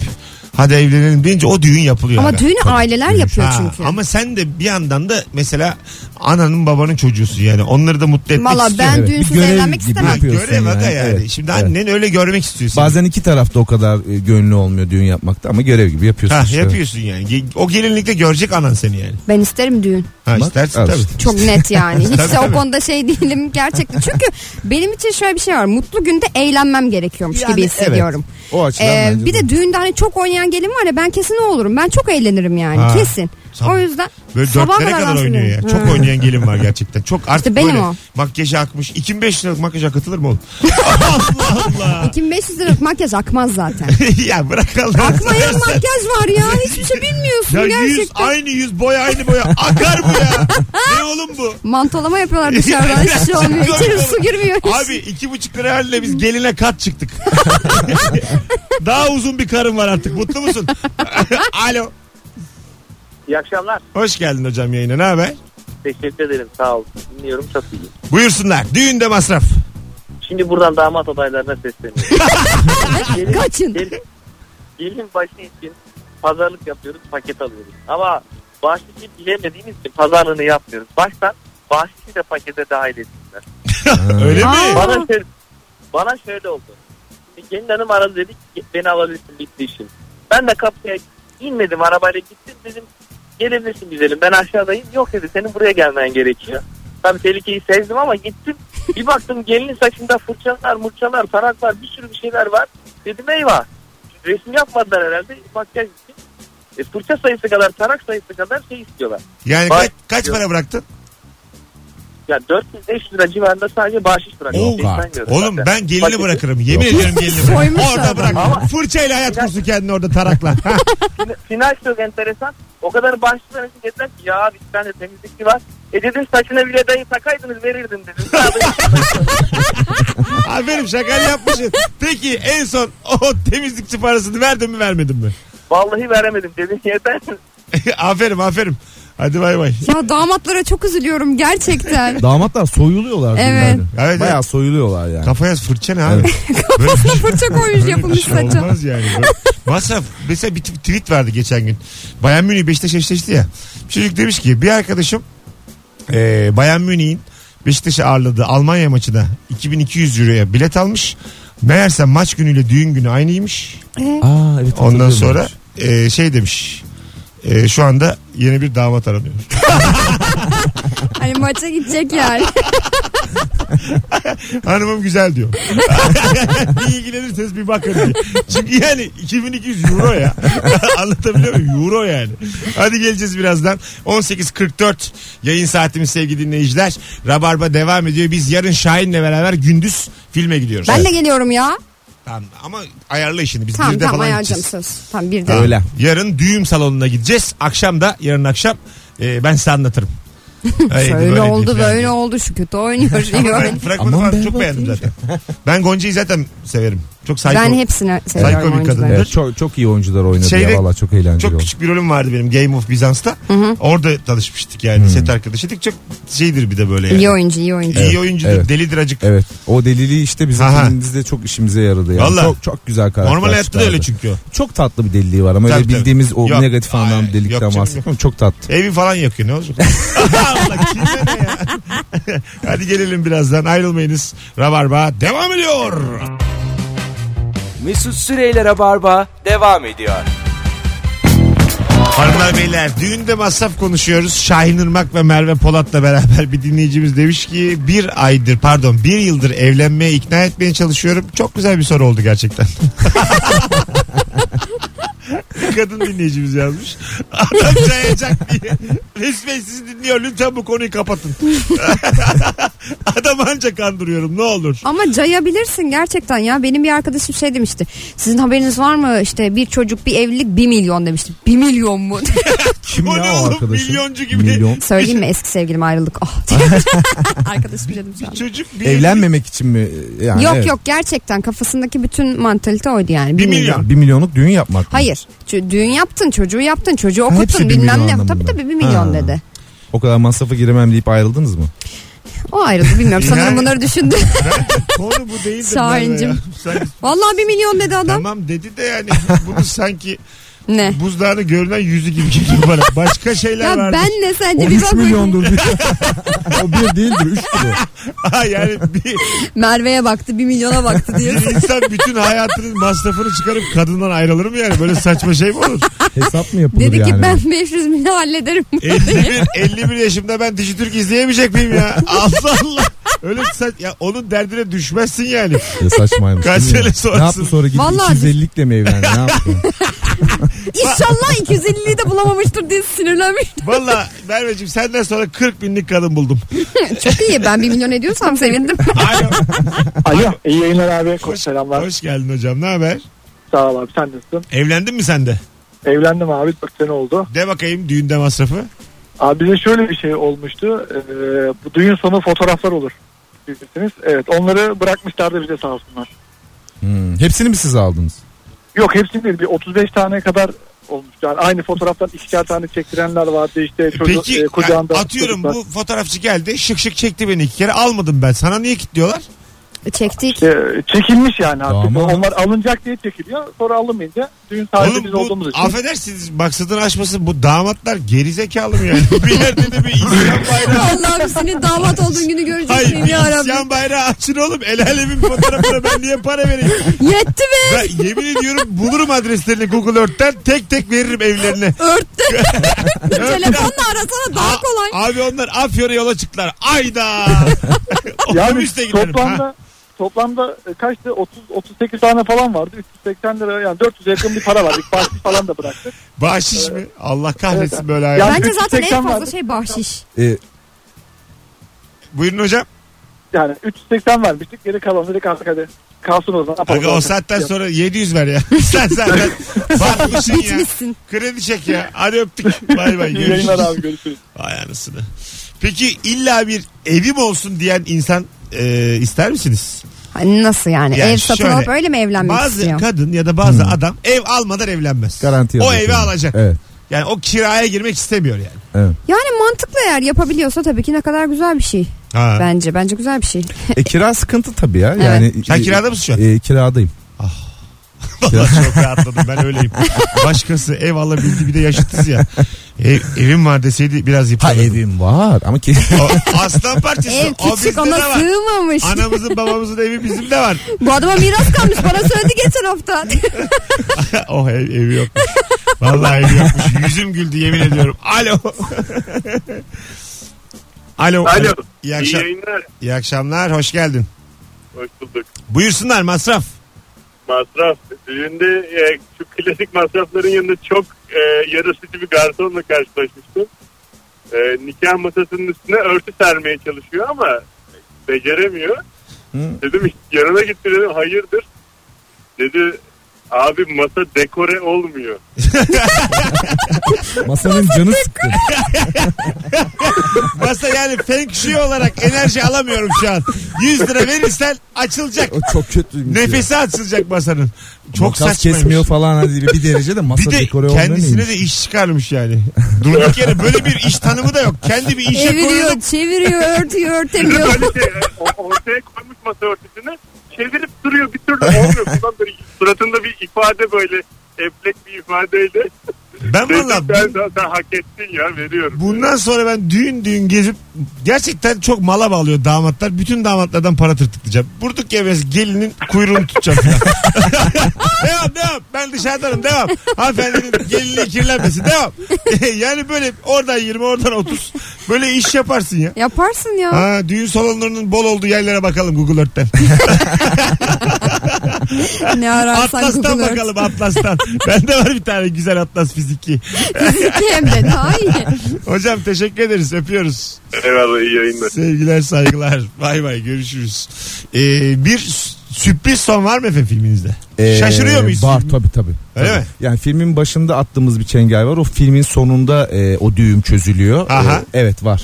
Speaker 2: hadi evlenelim deyince o düğün yapılıyor.
Speaker 3: Ama
Speaker 2: ara.
Speaker 3: düğünü aileler yapıyor
Speaker 2: Ha,
Speaker 3: çünkü.
Speaker 2: Ama sen de bir yandan da mesela ananın babanın çocuğusun yani. Onları da mutlu etmek
Speaker 3: Valla
Speaker 2: istiyorsun.
Speaker 3: ben
Speaker 4: Evet, bir
Speaker 3: düğünsüz
Speaker 4: görev
Speaker 3: evlenmek
Speaker 4: gibi.
Speaker 3: istemem.
Speaker 2: Ha,
Speaker 4: yapıyorsun
Speaker 2: görev
Speaker 4: yani.
Speaker 2: yani. yani.
Speaker 4: Evet,
Speaker 2: Şimdi
Speaker 4: evet.
Speaker 2: annen öyle görmek istiyorsun.
Speaker 4: Bazen iki tarafta o kadar e, gönlü olmuyor düğün yapmakta ama görev gibi yapıyorsun
Speaker 2: Ha,
Speaker 4: işte.
Speaker 2: yapıyorsun yani. Ge- O gelinlikte görecek anan seni yani.
Speaker 3: Ben isterim düğün.
Speaker 2: Ha,
Speaker 4: Bak,
Speaker 2: istersin
Speaker 4: al
Speaker 2: tabii.
Speaker 4: işte.
Speaker 3: Çok
Speaker 2: [LAUGHS]
Speaker 3: net yani. Hiç
Speaker 2: Tabii,
Speaker 3: de o
Speaker 2: tabii.
Speaker 3: konuda şey değilim gerçekten. Çünkü benim için şöyle bir şey var. Mutlu günde eğlenmem gerekiyormuş
Speaker 2: Yani
Speaker 3: gibi hissediyorum.
Speaker 4: O açıdan
Speaker 3: Ee,
Speaker 4: bence
Speaker 3: bir de düğünde hani çok oynayan gelin var ya ben kesin o olurum. Ben çok eğlenirim yani
Speaker 2: Ha,
Speaker 3: kesin.
Speaker 2: tabii.
Speaker 3: O yüzden
Speaker 2: Böyle
Speaker 3: sabaha
Speaker 2: dörtlere kadar
Speaker 3: dans
Speaker 2: oynuyor ya.
Speaker 3: ediyorum.
Speaker 2: Çok
Speaker 3: Ha.
Speaker 2: oynayan gelin var gerçekten. Çok artık
Speaker 3: benim
Speaker 2: böyle
Speaker 3: o.
Speaker 2: makyajı akmış. 2500 liralık makyaja katılır
Speaker 3: [LAUGHS]
Speaker 2: mı oğlum? [LAUGHS] Allah Allah.
Speaker 3: 2500 liralık makyaj akmaz zaten.
Speaker 2: ya bırak Allah.
Speaker 3: Akmayan
Speaker 2: seversen.
Speaker 3: makyaj var ya. Hiçbir şey bilmiyorsun
Speaker 2: Ya yüz
Speaker 3: gerçekten.
Speaker 2: aynı yüz boy aynı boya. Akar bu
Speaker 3: [LAUGHS]
Speaker 2: ya. ne oğlum bu?
Speaker 3: Mantolama yapıyorlar dışarıdan. Hiçbir şey
Speaker 2: [LAUGHS]
Speaker 3: olmuyor. İçeri su girmiyor.
Speaker 2: Abi iki buçuk lira haline biz geline kat
Speaker 3: [LAUGHS]
Speaker 2: çıktık. [LAUGHS] Daha uzun bir karın var artık. Mutlu musun? [LAUGHS] Alo.
Speaker 6: İyi akşamlar.
Speaker 2: Hoş geldin hocam yayına. Ne haber?
Speaker 6: Teşekkür ederim. Sağ olun. Dinliyorum. Çok iyi.
Speaker 2: Buyursunlar. Düğünde masraf.
Speaker 6: Şimdi buradan damat adaylarına sesleniyorum. gelin,
Speaker 3: Kaçın.
Speaker 6: gelin, gelin başı için pazarlık yapıyoruz, paket alıyoruz. Ama bahşişi bilemediğimiz için pazarlığını yapmıyoruz. Baştan bahşişi de pakete dahil etsinler.
Speaker 2: Öyle mi?
Speaker 3: Aa.
Speaker 6: Bana şöyle, bana şöyle oldu. Şimdi gelin hanım aradı dedi ki beni alabilirsin bitti işim. Ben de kapıya inmedim arabayla gittim dedim gelebilirsin güzelim ben aşağıdayım. Yok dedi senin buraya gelmen gerekiyor. Tabii tehlikeyi sezdim ama gittim. Bir baktım gelinin saçında fırçalar murçalar taraklar bir sürü bir şeyler var. Dedim eyvah resim yapmadılar herhalde makyaj için. E, fırça sayısı kadar tarak sayısı kadar şey istiyorlar.
Speaker 2: Yani
Speaker 6: Bak-
Speaker 2: kaç, kaç para bıraktın?
Speaker 6: Ya 400-500 lira civarında sadece bahşiş bırakıyor.
Speaker 4: Yok
Speaker 6: Şey
Speaker 4: artık.
Speaker 6: saymıyorum
Speaker 2: Oğlum
Speaker 6: zaten.
Speaker 2: ben gelini
Speaker 6: Paketi-
Speaker 2: bırakırım. Yemin ediyorum gelini bırakırım.
Speaker 3: Soymuş
Speaker 2: Orada
Speaker 3: adam.
Speaker 2: bırak. Fırçayla hayat kursun kendini orada tarakla. [LAUGHS] Ha,
Speaker 6: Fin- final çok enteresan. O kadar başlıklar için dediler ki ya bir tane temizlikçi var. E dedim saçına bile dayı takaydınız verirdim dedim. [LAUGHS]
Speaker 2: Aferin şakal yapmışsın. Peki en son o temizlikçi parasını verdin mi vermedin mi? [LAUGHS]
Speaker 6: Vallahi veremedim dedim yeter.
Speaker 2: aferin aferin. Hadi bay bay.
Speaker 3: Ya damatlara çok üzülüyorum gerçekten.
Speaker 4: Damatlar soyuluyorlar
Speaker 3: Evet.
Speaker 4: düğünlerde.
Speaker 2: Evet,
Speaker 4: Bayağı
Speaker 2: evet.
Speaker 4: soyuluyorlar yani.
Speaker 2: Kafaya fırça ne abi? Böyle bir şey-
Speaker 3: Fırça koymuş
Speaker 2: böyle bir
Speaker 3: yapılmış
Speaker 2: şey
Speaker 3: saça.
Speaker 2: Olmaz yani. Böyle- Masraf. Mesela bir t- tweet vardı geçen gün. Bayan Münih Beşiktaş eşleşti ya. Çocuk demiş ki bir arkadaşım e, Bayan Münih'in Beşiktaş'ı ağırladığı Almanya maçına 2200 euroya bilet almış. Meğerse maç günüyle düğün günü aynıymış.
Speaker 4: Aa, evet,
Speaker 2: Ondan
Speaker 4: hatırlıyorum.
Speaker 2: sonra e, şey demiş. E, şu anda yeni bir damat aranıyor.
Speaker 3: Hani maça gidecek yani.
Speaker 2: Hanımım güzel diyor. [LAUGHS] bir ilgilenirseniz bir bakın diye. Çünkü yani 2200 euro ya. [LAUGHS] Anlatabiliyor muyum? Euro yani. Hadi geleceğiz birazdan. 18.44 yayın saatimiz sevgili dinleyiciler. Rabarba devam ediyor. Biz yarın Şahin'le beraber gündüz filme gidiyoruz.
Speaker 3: Ben de geliyorum ya.
Speaker 2: Tamam, ama ayarla işini. Biz
Speaker 3: Tamam
Speaker 2: bir de
Speaker 3: tamam
Speaker 2: falan
Speaker 3: ayarlayacağım
Speaker 2: gideceğiz.
Speaker 3: söz. Tamam bir de.
Speaker 2: Tamam.
Speaker 4: Öyle.
Speaker 2: Yarın düğüm salonuna gideceğiz. Akşam da yarın akşam e, ben size
Speaker 3: [LAUGHS]
Speaker 2: anlatırım. Öyleydi,
Speaker 3: Şöyle
Speaker 2: böyleydi
Speaker 3: oldu
Speaker 2: falan diye.
Speaker 3: böyle oldu şu
Speaker 2: [LAUGHS]
Speaker 3: kötü oynuyor. iyi
Speaker 2: Ben
Speaker 3: oynuyor.
Speaker 2: fragmanı
Speaker 4: Aman
Speaker 2: falan
Speaker 4: be,
Speaker 2: çok
Speaker 4: bak
Speaker 2: beğendim
Speaker 4: iyiymiş.
Speaker 2: zaten. Ben Gonca'yı zaten severim. Çok sayko.
Speaker 3: ben hepsini
Speaker 2: Psycho
Speaker 3: seviyorum
Speaker 2: bir kadın.
Speaker 3: oyuncuları.
Speaker 4: Evet, çok, çok iyi oyuncular oynadı
Speaker 2: Şeyde-
Speaker 4: ya valla çok eğlenceli
Speaker 2: çok
Speaker 4: oldu.
Speaker 2: küçük bir rolüm vardı benim Game of Bizans'ta. Orada tanışmıştık yani
Speaker 4: Hmm.
Speaker 2: set arkadaşıydık. Çok şeydir bir de böyle yani.
Speaker 3: İyi oyuncu iyi oyuncu.
Speaker 2: İyi oyuncudur,
Speaker 4: Evet.
Speaker 2: delidir acık.
Speaker 4: Evet o deliliği işte bizim
Speaker 2: Aha.
Speaker 4: filmimizde çok işimize yaradı yani.
Speaker 2: Valla.
Speaker 4: Çok, çok güzel karakter
Speaker 2: Normal hayatta da
Speaker 4: çıkardı.
Speaker 2: öyle çünkü o.
Speaker 4: Çok tatlı bir deliliği var ama
Speaker 2: Tabii,
Speaker 4: öyle
Speaker 2: tabii.
Speaker 4: bildiğimiz o
Speaker 2: Yok.
Speaker 4: negatif
Speaker 2: Ay,
Speaker 4: anlamda
Speaker 2: yok
Speaker 4: delikten
Speaker 2: canım,
Speaker 4: bahsetmiyorum çok tatlı.
Speaker 2: Evi falan yakıyor ne olacak?
Speaker 4: [LAUGHS]
Speaker 2: [LAUGHS] Allah kime ne ya? Hadi gelelim birazdan ayrılmayınız. Rabarba devam ediyor.
Speaker 1: Mesut Süreyler'e barba devam ediyor.
Speaker 2: Hanımlar beyler düğünde masraf konuşuyoruz. Şahin Irmak ve Merve Polat'la beraber bir dinleyicimiz demiş ki bir aydır pardon bir yıldır evlenmeye ikna etmeye çalışıyorum. Çok güzel bir soru oldu gerçekten. bir [LAUGHS] kadın dinleyicimiz yazmış. Adam cayacak diye. Resmen sizi dinliyor. Lütfen bu konuyu kapatın. [LAUGHS] Adam anca kandırıyorum. Ne olur.
Speaker 3: Ama cayabilirsin gerçekten ya. Benim bir arkadaşım şey demişti. Sizin haberiniz var mı? İşte bir çocuk bir evlilik bir milyon demişti. Bir milyon mu? [LAUGHS]
Speaker 4: Kim
Speaker 2: O ne
Speaker 4: ya o
Speaker 2: oğlum?
Speaker 4: arkadaşın?
Speaker 2: Milyoncu gibi.
Speaker 4: Milyon.
Speaker 3: Söyleyeyim mi eski sevgilim ayrıldık. Ah diye. [LAUGHS] arkadaşım dedim şu an.
Speaker 2: Çocuk bir
Speaker 4: Evlenmemek için mi? Yani
Speaker 3: yok
Speaker 4: evet.
Speaker 3: yok gerçekten kafasındaki bütün mantalite oydu yani.
Speaker 2: Bir
Speaker 3: Bir
Speaker 2: milyon.
Speaker 4: Bir milyonluk düğün yapmak. mı?
Speaker 3: Hayır. Ço- düğün yaptın, çocuğu yaptın, çocuğu
Speaker 4: Ha, hepsi
Speaker 3: okuttun
Speaker 4: bir
Speaker 3: bilmem
Speaker 4: milyon
Speaker 3: ne. Tabii
Speaker 4: anlamında.
Speaker 3: tabii bir milyon
Speaker 4: Ha.
Speaker 3: dedi.
Speaker 4: O kadar masrafa giremem deyip ayrıldınız mı?
Speaker 3: O ayrıldı bilmiyorum.
Speaker 4: [LAUGHS]
Speaker 3: Sanırım
Speaker 2: Yani-
Speaker 3: bunları düşündü. [LAUGHS]
Speaker 2: Konu bu değildir.
Speaker 3: Şahincim.
Speaker 2: Merve ya. Sen-
Speaker 3: Vallahi bir milyon dedi adam.
Speaker 2: Tamam dedi de yani bunu sanki
Speaker 3: Ne?
Speaker 2: buzdağını görünen yüzü gibi geliyor bana. Başka şeyler
Speaker 3: Eh. Ya
Speaker 2: var.
Speaker 3: ben ne sence
Speaker 4: O
Speaker 3: bir
Speaker 4: 3
Speaker 3: bak
Speaker 4: milyondur.
Speaker 3: [LAUGHS]
Speaker 4: o bir değildir 3 kilo.
Speaker 2: [LAUGHS] Ha yani bir,
Speaker 3: Merve'ye baktı bir milyona
Speaker 4: [LAUGHS]
Speaker 3: baktı diye.
Speaker 2: bir insan bütün hayatının masrafını çıkarıp kadından ayrılır mı yani? Böyle saçma şey mi
Speaker 3: [LAUGHS]
Speaker 2: olur?
Speaker 4: Hesap mı yapılır
Speaker 3: dedi
Speaker 4: yani?
Speaker 3: ki ben 500 milyon hallederim.
Speaker 2: 51, 51 yaşımda ben Dijitürk izleyemeyecek miyim ya? Allah Allah. Öyle saç, ya onun derdine düşmezsin yani.
Speaker 4: Ya saçmaymış.
Speaker 2: Kaç
Speaker 4: değil mi?
Speaker 2: sene sonrası?
Speaker 4: Ne yaptı sonra gitti
Speaker 3: Vallahi-
Speaker 4: 250'likle mi evlendi?
Speaker 3: [LAUGHS]
Speaker 4: Ne yaptı?
Speaker 3: İnşallah 250'yi de bulamamıştır diye sinirlenmiş.
Speaker 2: Valla Merveciğim senden sonra 40 binlik kadın buldum.
Speaker 3: [LAUGHS] Çok iyi ben bir milyon ediyorsam sevindim.
Speaker 2: Alo.
Speaker 8: Alo. İyi yayınlar abi.
Speaker 2: Hoş,
Speaker 8: Selamlar.
Speaker 2: hoş geldin hocam. Ne haber?
Speaker 8: Sağ ol abi. Sen nasılsın?
Speaker 2: Evlendin mi sen de?
Speaker 8: Evlendim abi. Bak sene oldu.
Speaker 2: De bakayım düğünde masrafı.
Speaker 8: Abi bize şöyle bir şey olmuştu. Ee, bu düğün sonu fotoğraflar olur. Bilirsiniz. Evet. Onları bırakmışlardı bize sağ olsunlar.
Speaker 4: Hmm, Hepsini mi siz aldınız?
Speaker 8: Yok hepsini değil. Bir 35 tane kadar olmuş. Yani aynı fotoğraftan ikişer tane çektirenler vardı işte. Çocuk,
Speaker 2: Peki
Speaker 8: e, kucağında
Speaker 2: ya atıyorum
Speaker 8: çocuklar.
Speaker 2: bu fotoğrafçı geldi şık şık çekti beni iki kere almadım ben sana niye kilitliyorlar?
Speaker 3: Çektik.
Speaker 8: E, çekilmiş yani artık.
Speaker 4: Damat.
Speaker 8: Onlar alınacak diye çekiliyor. Sonra alınmayınca düğün sahibi biz
Speaker 2: Oğlum
Speaker 8: olduğumuz
Speaker 2: bu
Speaker 8: için.
Speaker 2: affedersiniz maksadını aşmasın bu damatlar gerizekalı mı yani? [LAUGHS] bir yerde de bir isyan
Speaker 3: [LAUGHS]
Speaker 2: bayrağı.
Speaker 3: Allah'ım senin damat olduğun günü görecek
Speaker 2: Hayır
Speaker 3: miyim
Speaker 2: bir
Speaker 3: ya Rabbi?
Speaker 2: isyan bayrağı açın oğlum. El alemin fotoğrafına ben niye para vereyim?
Speaker 3: Yetti be.
Speaker 2: Ben yemin ediyorum bulurum adreslerini Google Earth'ten tek tek veririm evlerine.
Speaker 3: [LAUGHS] Örttü. Telefonla arasana daha
Speaker 2: A-
Speaker 3: kolay.
Speaker 2: Abi onlar Afyon'a yola çıktılar. Ayda.
Speaker 8: [LAUGHS] Yani
Speaker 2: Otobüste giderim.
Speaker 8: toplamda
Speaker 2: Ha.
Speaker 8: toplamda e, kaçtı 30 38 tane falan vardı. 380 lira yani 400'e yakın bir para verdik. Bahşiş falan da bıraktık.
Speaker 2: Bahşiş mi? Allah kahretsin
Speaker 8: Evet.
Speaker 2: böyle
Speaker 8: Ya-
Speaker 2: hayat.
Speaker 8: Ben-
Speaker 3: Bence zaten en
Speaker 8: 380
Speaker 3: fazla
Speaker 8: vardı.
Speaker 3: şey bahşiş.
Speaker 4: Ee,
Speaker 2: Buyurun hocam.
Speaker 8: Yani 380 vermiştik. Geri kalan dedik artık hadi kalsın o zaman.
Speaker 2: Aga o saatten sonra 700 ver ya. [LAUGHS]
Speaker 8: [LAUGHS]
Speaker 2: Sen zaten batmışsın ya.
Speaker 3: Bitmişsin.
Speaker 2: Kredi çek ya. Hadi öptük. Bay bay.
Speaker 8: İyi yayınlar
Speaker 2: Görüşürüz.
Speaker 8: abi görüşürüz.
Speaker 2: Vay anasını. Peki illa bir evim olsun diyen insan e, ister misiniz?
Speaker 3: Hani nasıl yani?
Speaker 2: Yani
Speaker 3: Ev satın
Speaker 2: şöyle,
Speaker 3: alıp öyle mi evlenmek
Speaker 2: bazı
Speaker 3: istiyor?
Speaker 2: kadın ya da bazı adam ev almadan evlenmez.
Speaker 4: Hmm. garanti
Speaker 2: o
Speaker 4: yazıyor.
Speaker 2: evi alacak.
Speaker 4: Evet.
Speaker 2: Yani o kiraya girmek istemiyor yani.
Speaker 4: evet.
Speaker 3: Yani mantıklı eğer yapabiliyorsa tabii ki ne kadar güzel bir şey.
Speaker 2: [LAUGHS] Ha.
Speaker 3: Bence bence güzel bir şey.
Speaker 4: E, kira sıkıntı tabii ya. Yani,
Speaker 2: Sen kirada mısın şu an?
Speaker 4: E, kiradayım.
Speaker 2: Vallahi çok rahatladım ben
Speaker 4: [LAUGHS]
Speaker 2: öyleyim. Başkası ev alabildi bir de yaşıtız ya. Ev, evim var deseydi biraz
Speaker 4: Ha
Speaker 2: yıpranırdım.
Speaker 4: evim var
Speaker 2: [LAUGHS]
Speaker 4: ama ki
Speaker 2: O, aslan parçası.
Speaker 3: Ev
Speaker 2: o
Speaker 3: küçük
Speaker 2: bizde
Speaker 3: ama
Speaker 2: de var.
Speaker 3: sığmamış.
Speaker 2: Anamızın babamızın evi bizim de var.
Speaker 3: Bu adama miras kalmış bana söyledi geçen hafta. [LAUGHS]
Speaker 2: [LAUGHS] oh ev, evi yokmuş. Vallahi evi yokmuş. Yüzüm güldü yemin ediyorum. Alo. [LAUGHS] Alo.
Speaker 6: Alo.
Speaker 2: İyi, akşam,
Speaker 6: yayınlar.
Speaker 2: iyi akşamlar. Hoş geldin.
Speaker 6: Hoş bulduk.
Speaker 2: Buyursunlar masraf.
Speaker 6: Masraf. Düğünde e, şu klasik masrafların yanında çok e, yarışıcı bir garsonla karşılaşmıştım. E, nikah masasının üstüne örtü sermeye çalışıyor ama beceremiyor. Dedim yanına gitti dedim hayırdır. Dedi abi masa dekore
Speaker 2: [LAUGHS]
Speaker 6: olmuyor.
Speaker 4: masanın canı sıkkın.
Speaker 2: Masa yani feng shui olarak enerji alamıyorum şu an. 100 lira verirsen açılacak.
Speaker 4: O çok kötü. şey.
Speaker 2: Nefesi açılacak masanın. Çok
Speaker 4: Makas
Speaker 2: saçmaymış.
Speaker 4: kesmiyor falan hadi bir derece de masa
Speaker 2: Bir de
Speaker 4: dekore olmuyor
Speaker 2: kendisine de iş çıkarmış yani. Durduk yere böyle bir iş tanımı da yok. Kendi bir
Speaker 4: şey
Speaker 2: işe koyuyor.
Speaker 3: Eviriyor, çeviriyor, örtüyor,
Speaker 4: [LAUGHS]
Speaker 3: örtemiyor.
Speaker 6: Böyle şey, o- ortaya koymuş masa örtüsünü çevirip duruyor bir türlü olmuyor. Bundan böyle suratında bir ifade böyle eplek bir ifadeyle.
Speaker 2: Ben
Speaker 6: Dedim,
Speaker 2: valla
Speaker 6: sen, sen, sen hak ettin ya veriyorum.
Speaker 2: bundan sonra ben düğün düğün gezip gerçekten çok mala bağlıyor damatlar. Bütün damatlardan para tırtıklayacağım. Burduk yere biraz gelinin kuyruğunu
Speaker 3: [LAUGHS]
Speaker 2: tutacağım falan. devam devam. Ben dışarıdanım devam. Hanımefendinin gelinliği kirlenmesin devam. [LAUGHS] yani böyle oradan 20 oradan 30. Böyle iş yaparsın ya.
Speaker 3: Yaparsın ya.
Speaker 2: Ha, düğün salonlarının bol olduğu yerlere bakalım Google Earth'ten.
Speaker 3: Ne ararsan
Speaker 2: Atlas'tan
Speaker 3: Google Earth.
Speaker 2: bakalım Atlas'tan. [LAUGHS] Bende var bir tane güzel Atlas fiziki.
Speaker 3: Fiziki hem de daha
Speaker 4: [LAUGHS]
Speaker 3: iyi.
Speaker 2: Hocam teşekkür ederiz. Öpüyoruz.
Speaker 6: Eyvallah iyi yayınlar.
Speaker 2: Sevgiler saygılar. Bay bay görüşürüz. Ee, bir s- sürpriz son var mı efendim filminizde?
Speaker 4: Ee,
Speaker 2: Şaşırıyor muyuz?
Speaker 4: Var tabii tabii.
Speaker 2: Öyle
Speaker 4: Tabii.
Speaker 2: mi?
Speaker 4: Yani filmin başında attığımız bir çengel var. O filmin sonunda e, o düğüm çözülüyor.
Speaker 2: Aha.
Speaker 4: Ee, evet var.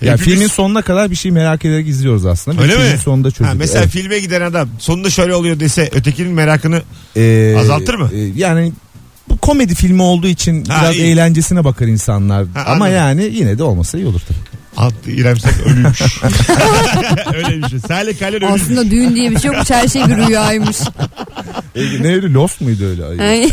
Speaker 4: Yani
Speaker 2: Hepimiz-
Speaker 4: filmin sonuna kadar bir şey merak ederek izliyoruz aslında. Ve
Speaker 2: Ee, Öyle
Speaker 4: filmin
Speaker 2: mi?
Speaker 4: sonunda çözülüyor.
Speaker 2: Ha, mesela
Speaker 4: Evet.
Speaker 2: filme giden adam sonunda şöyle oluyor dese ötekinin merakını
Speaker 4: Ee,
Speaker 2: Azaltır mı?
Speaker 4: e, yani bu komedi filmi olduğu için
Speaker 2: Ha,
Speaker 4: biraz
Speaker 2: iyi.
Speaker 4: eğlencesine bakar insanlar.
Speaker 2: Ha,
Speaker 4: Ama
Speaker 2: anladım.
Speaker 4: yani yine de olmasa iyi olur tabii.
Speaker 2: alt İremsek
Speaker 4: [LAUGHS]
Speaker 2: ölüymüş. Öyle bir şey. Salih Kalil ölüymüş.
Speaker 3: Aslında düğün diye bir şey yokmuş her şey bir rüyaymış.
Speaker 4: E, ne öyle Lost muydu öyle? Ay. [LAUGHS]
Speaker 3: Ay.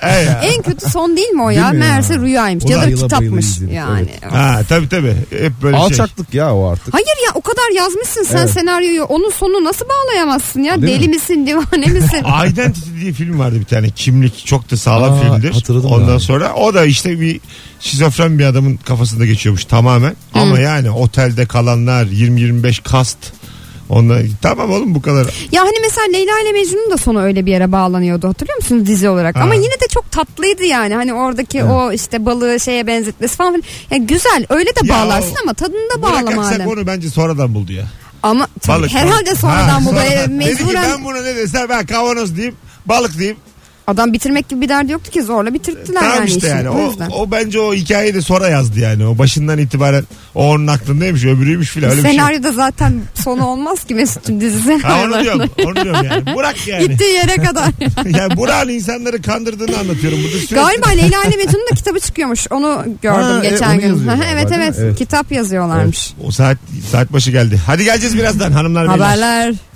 Speaker 2: He ya.
Speaker 4: E-
Speaker 3: en kötü son değil mi o ya?
Speaker 4: Değil mi ya?
Speaker 3: Meğerse rüyaymış
Speaker 4: O da
Speaker 3: ya da
Speaker 4: ayıla bayıla
Speaker 3: kitapmış
Speaker 4: izlenir,
Speaker 3: yani.
Speaker 2: Ha tabii tabii. Hep böyle şey.
Speaker 4: Alçaklık ya o artık.
Speaker 3: Hayır ya o kadar yazmışsın sen
Speaker 4: Evet.
Speaker 3: senaryoyu. Onun sonu nasıl bağlayamazsın ya?
Speaker 4: Değil
Speaker 3: Deli
Speaker 4: mi?
Speaker 3: misin, divane
Speaker 4: [LAUGHS]
Speaker 3: misin?
Speaker 2: Identity diye film vardı bir tane. Kimlik çok da sağlam
Speaker 4: Aa,
Speaker 2: filmdir.
Speaker 4: hatırladım
Speaker 2: Ondan
Speaker 4: ya.
Speaker 2: sonra o da işte bir şizofren bir adamın kafasında geçiyormuş tamamen. Ama yani otelde kalanlar 20-25 kast. Onlar tamam oğlum bu kadar.
Speaker 3: ya hani mesela Leyla ile Mecnun'un da sonu öyle bir yere bağlanıyordu hatırlıyor musunuz dizi olarak?
Speaker 2: Ha.
Speaker 3: Ama yine de çok tatlıydı yani. Hani oradaki o işte balığı şeye benzetmesi falan. filan. Ya güzel öyle de
Speaker 2: Ya
Speaker 3: bağlarsın
Speaker 2: o-
Speaker 3: ama tadını da bağlama
Speaker 2: Bırakaksak
Speaker 3: halen.
Speaker 2: onu bence sonradan buldu ya.
Speaker 3: Ama tabii
Speaker 2: Balık.
Speaker 3: herhalde
Speaker 2: balık. [LAUGHS]
Speaker 3: sonradan
Speaker 2: Ha,
Speaker 3: bu da e,
Speaker 2: sonradan. Dedi ki
Speaker 3: mecburen
Speaker 2: ben buna ne desem ben kavanoz diyeyim balık diyeyim.
Speaker 3: adam bitirmek gibi bir derdi yoktu ki zorla bitirttiler
Speaker 2: tamam
Speaker 3: yani
Speaker 2: işte
Speaker 3: işi.
Speaker 2: yani.
Speaker 3: O
Speaker 2: O,
Speaker 3: yüzden.
Speaker 2: o, bence o hikayeyi de sonra yazdı yani. O başından itibaren o onun aklındaymış öbürüymüş filan öyle bir şey.
Speaker 3: Senaryoda zaten sonu olmaz ki Mesut'cum dizi
Speaker 2: Ha,
Speaker 3: [LAUGHS]
Speaker 2: onu diyorum,
Speaker 3: senaryolarında.
Speaker 2: onu diyorum yani. Burak yani.
Speaker 3: Gittiği
Speaker 2: [LAUGHS]
Speaker 3: yere kadar.
Speaker 2: yani Burak'ın insanları kandırdığını anlatıyorum. Burada sürekli...
Speaker 3: Galiba Leyla ile Mecnun'un da kitabı çıkıyormuş. Onu gördüm
Speaker 4: Ha, e,
Speaker 3: geçen
Speaker 4: onu
Speaker 3: gün.
Speaker 4: yazıyorlar,
Speaker 3: evet
Speaker 4: değil mi?
Speaker 3: evet
Speaker 4: Evet.
Speaker 3: kitap yazıyorlarmış.
Speaker 2: O saat saat başı geldi. Hadi geleceğiz birazdan hanımlar beyler.
Speaker 3: Haberler.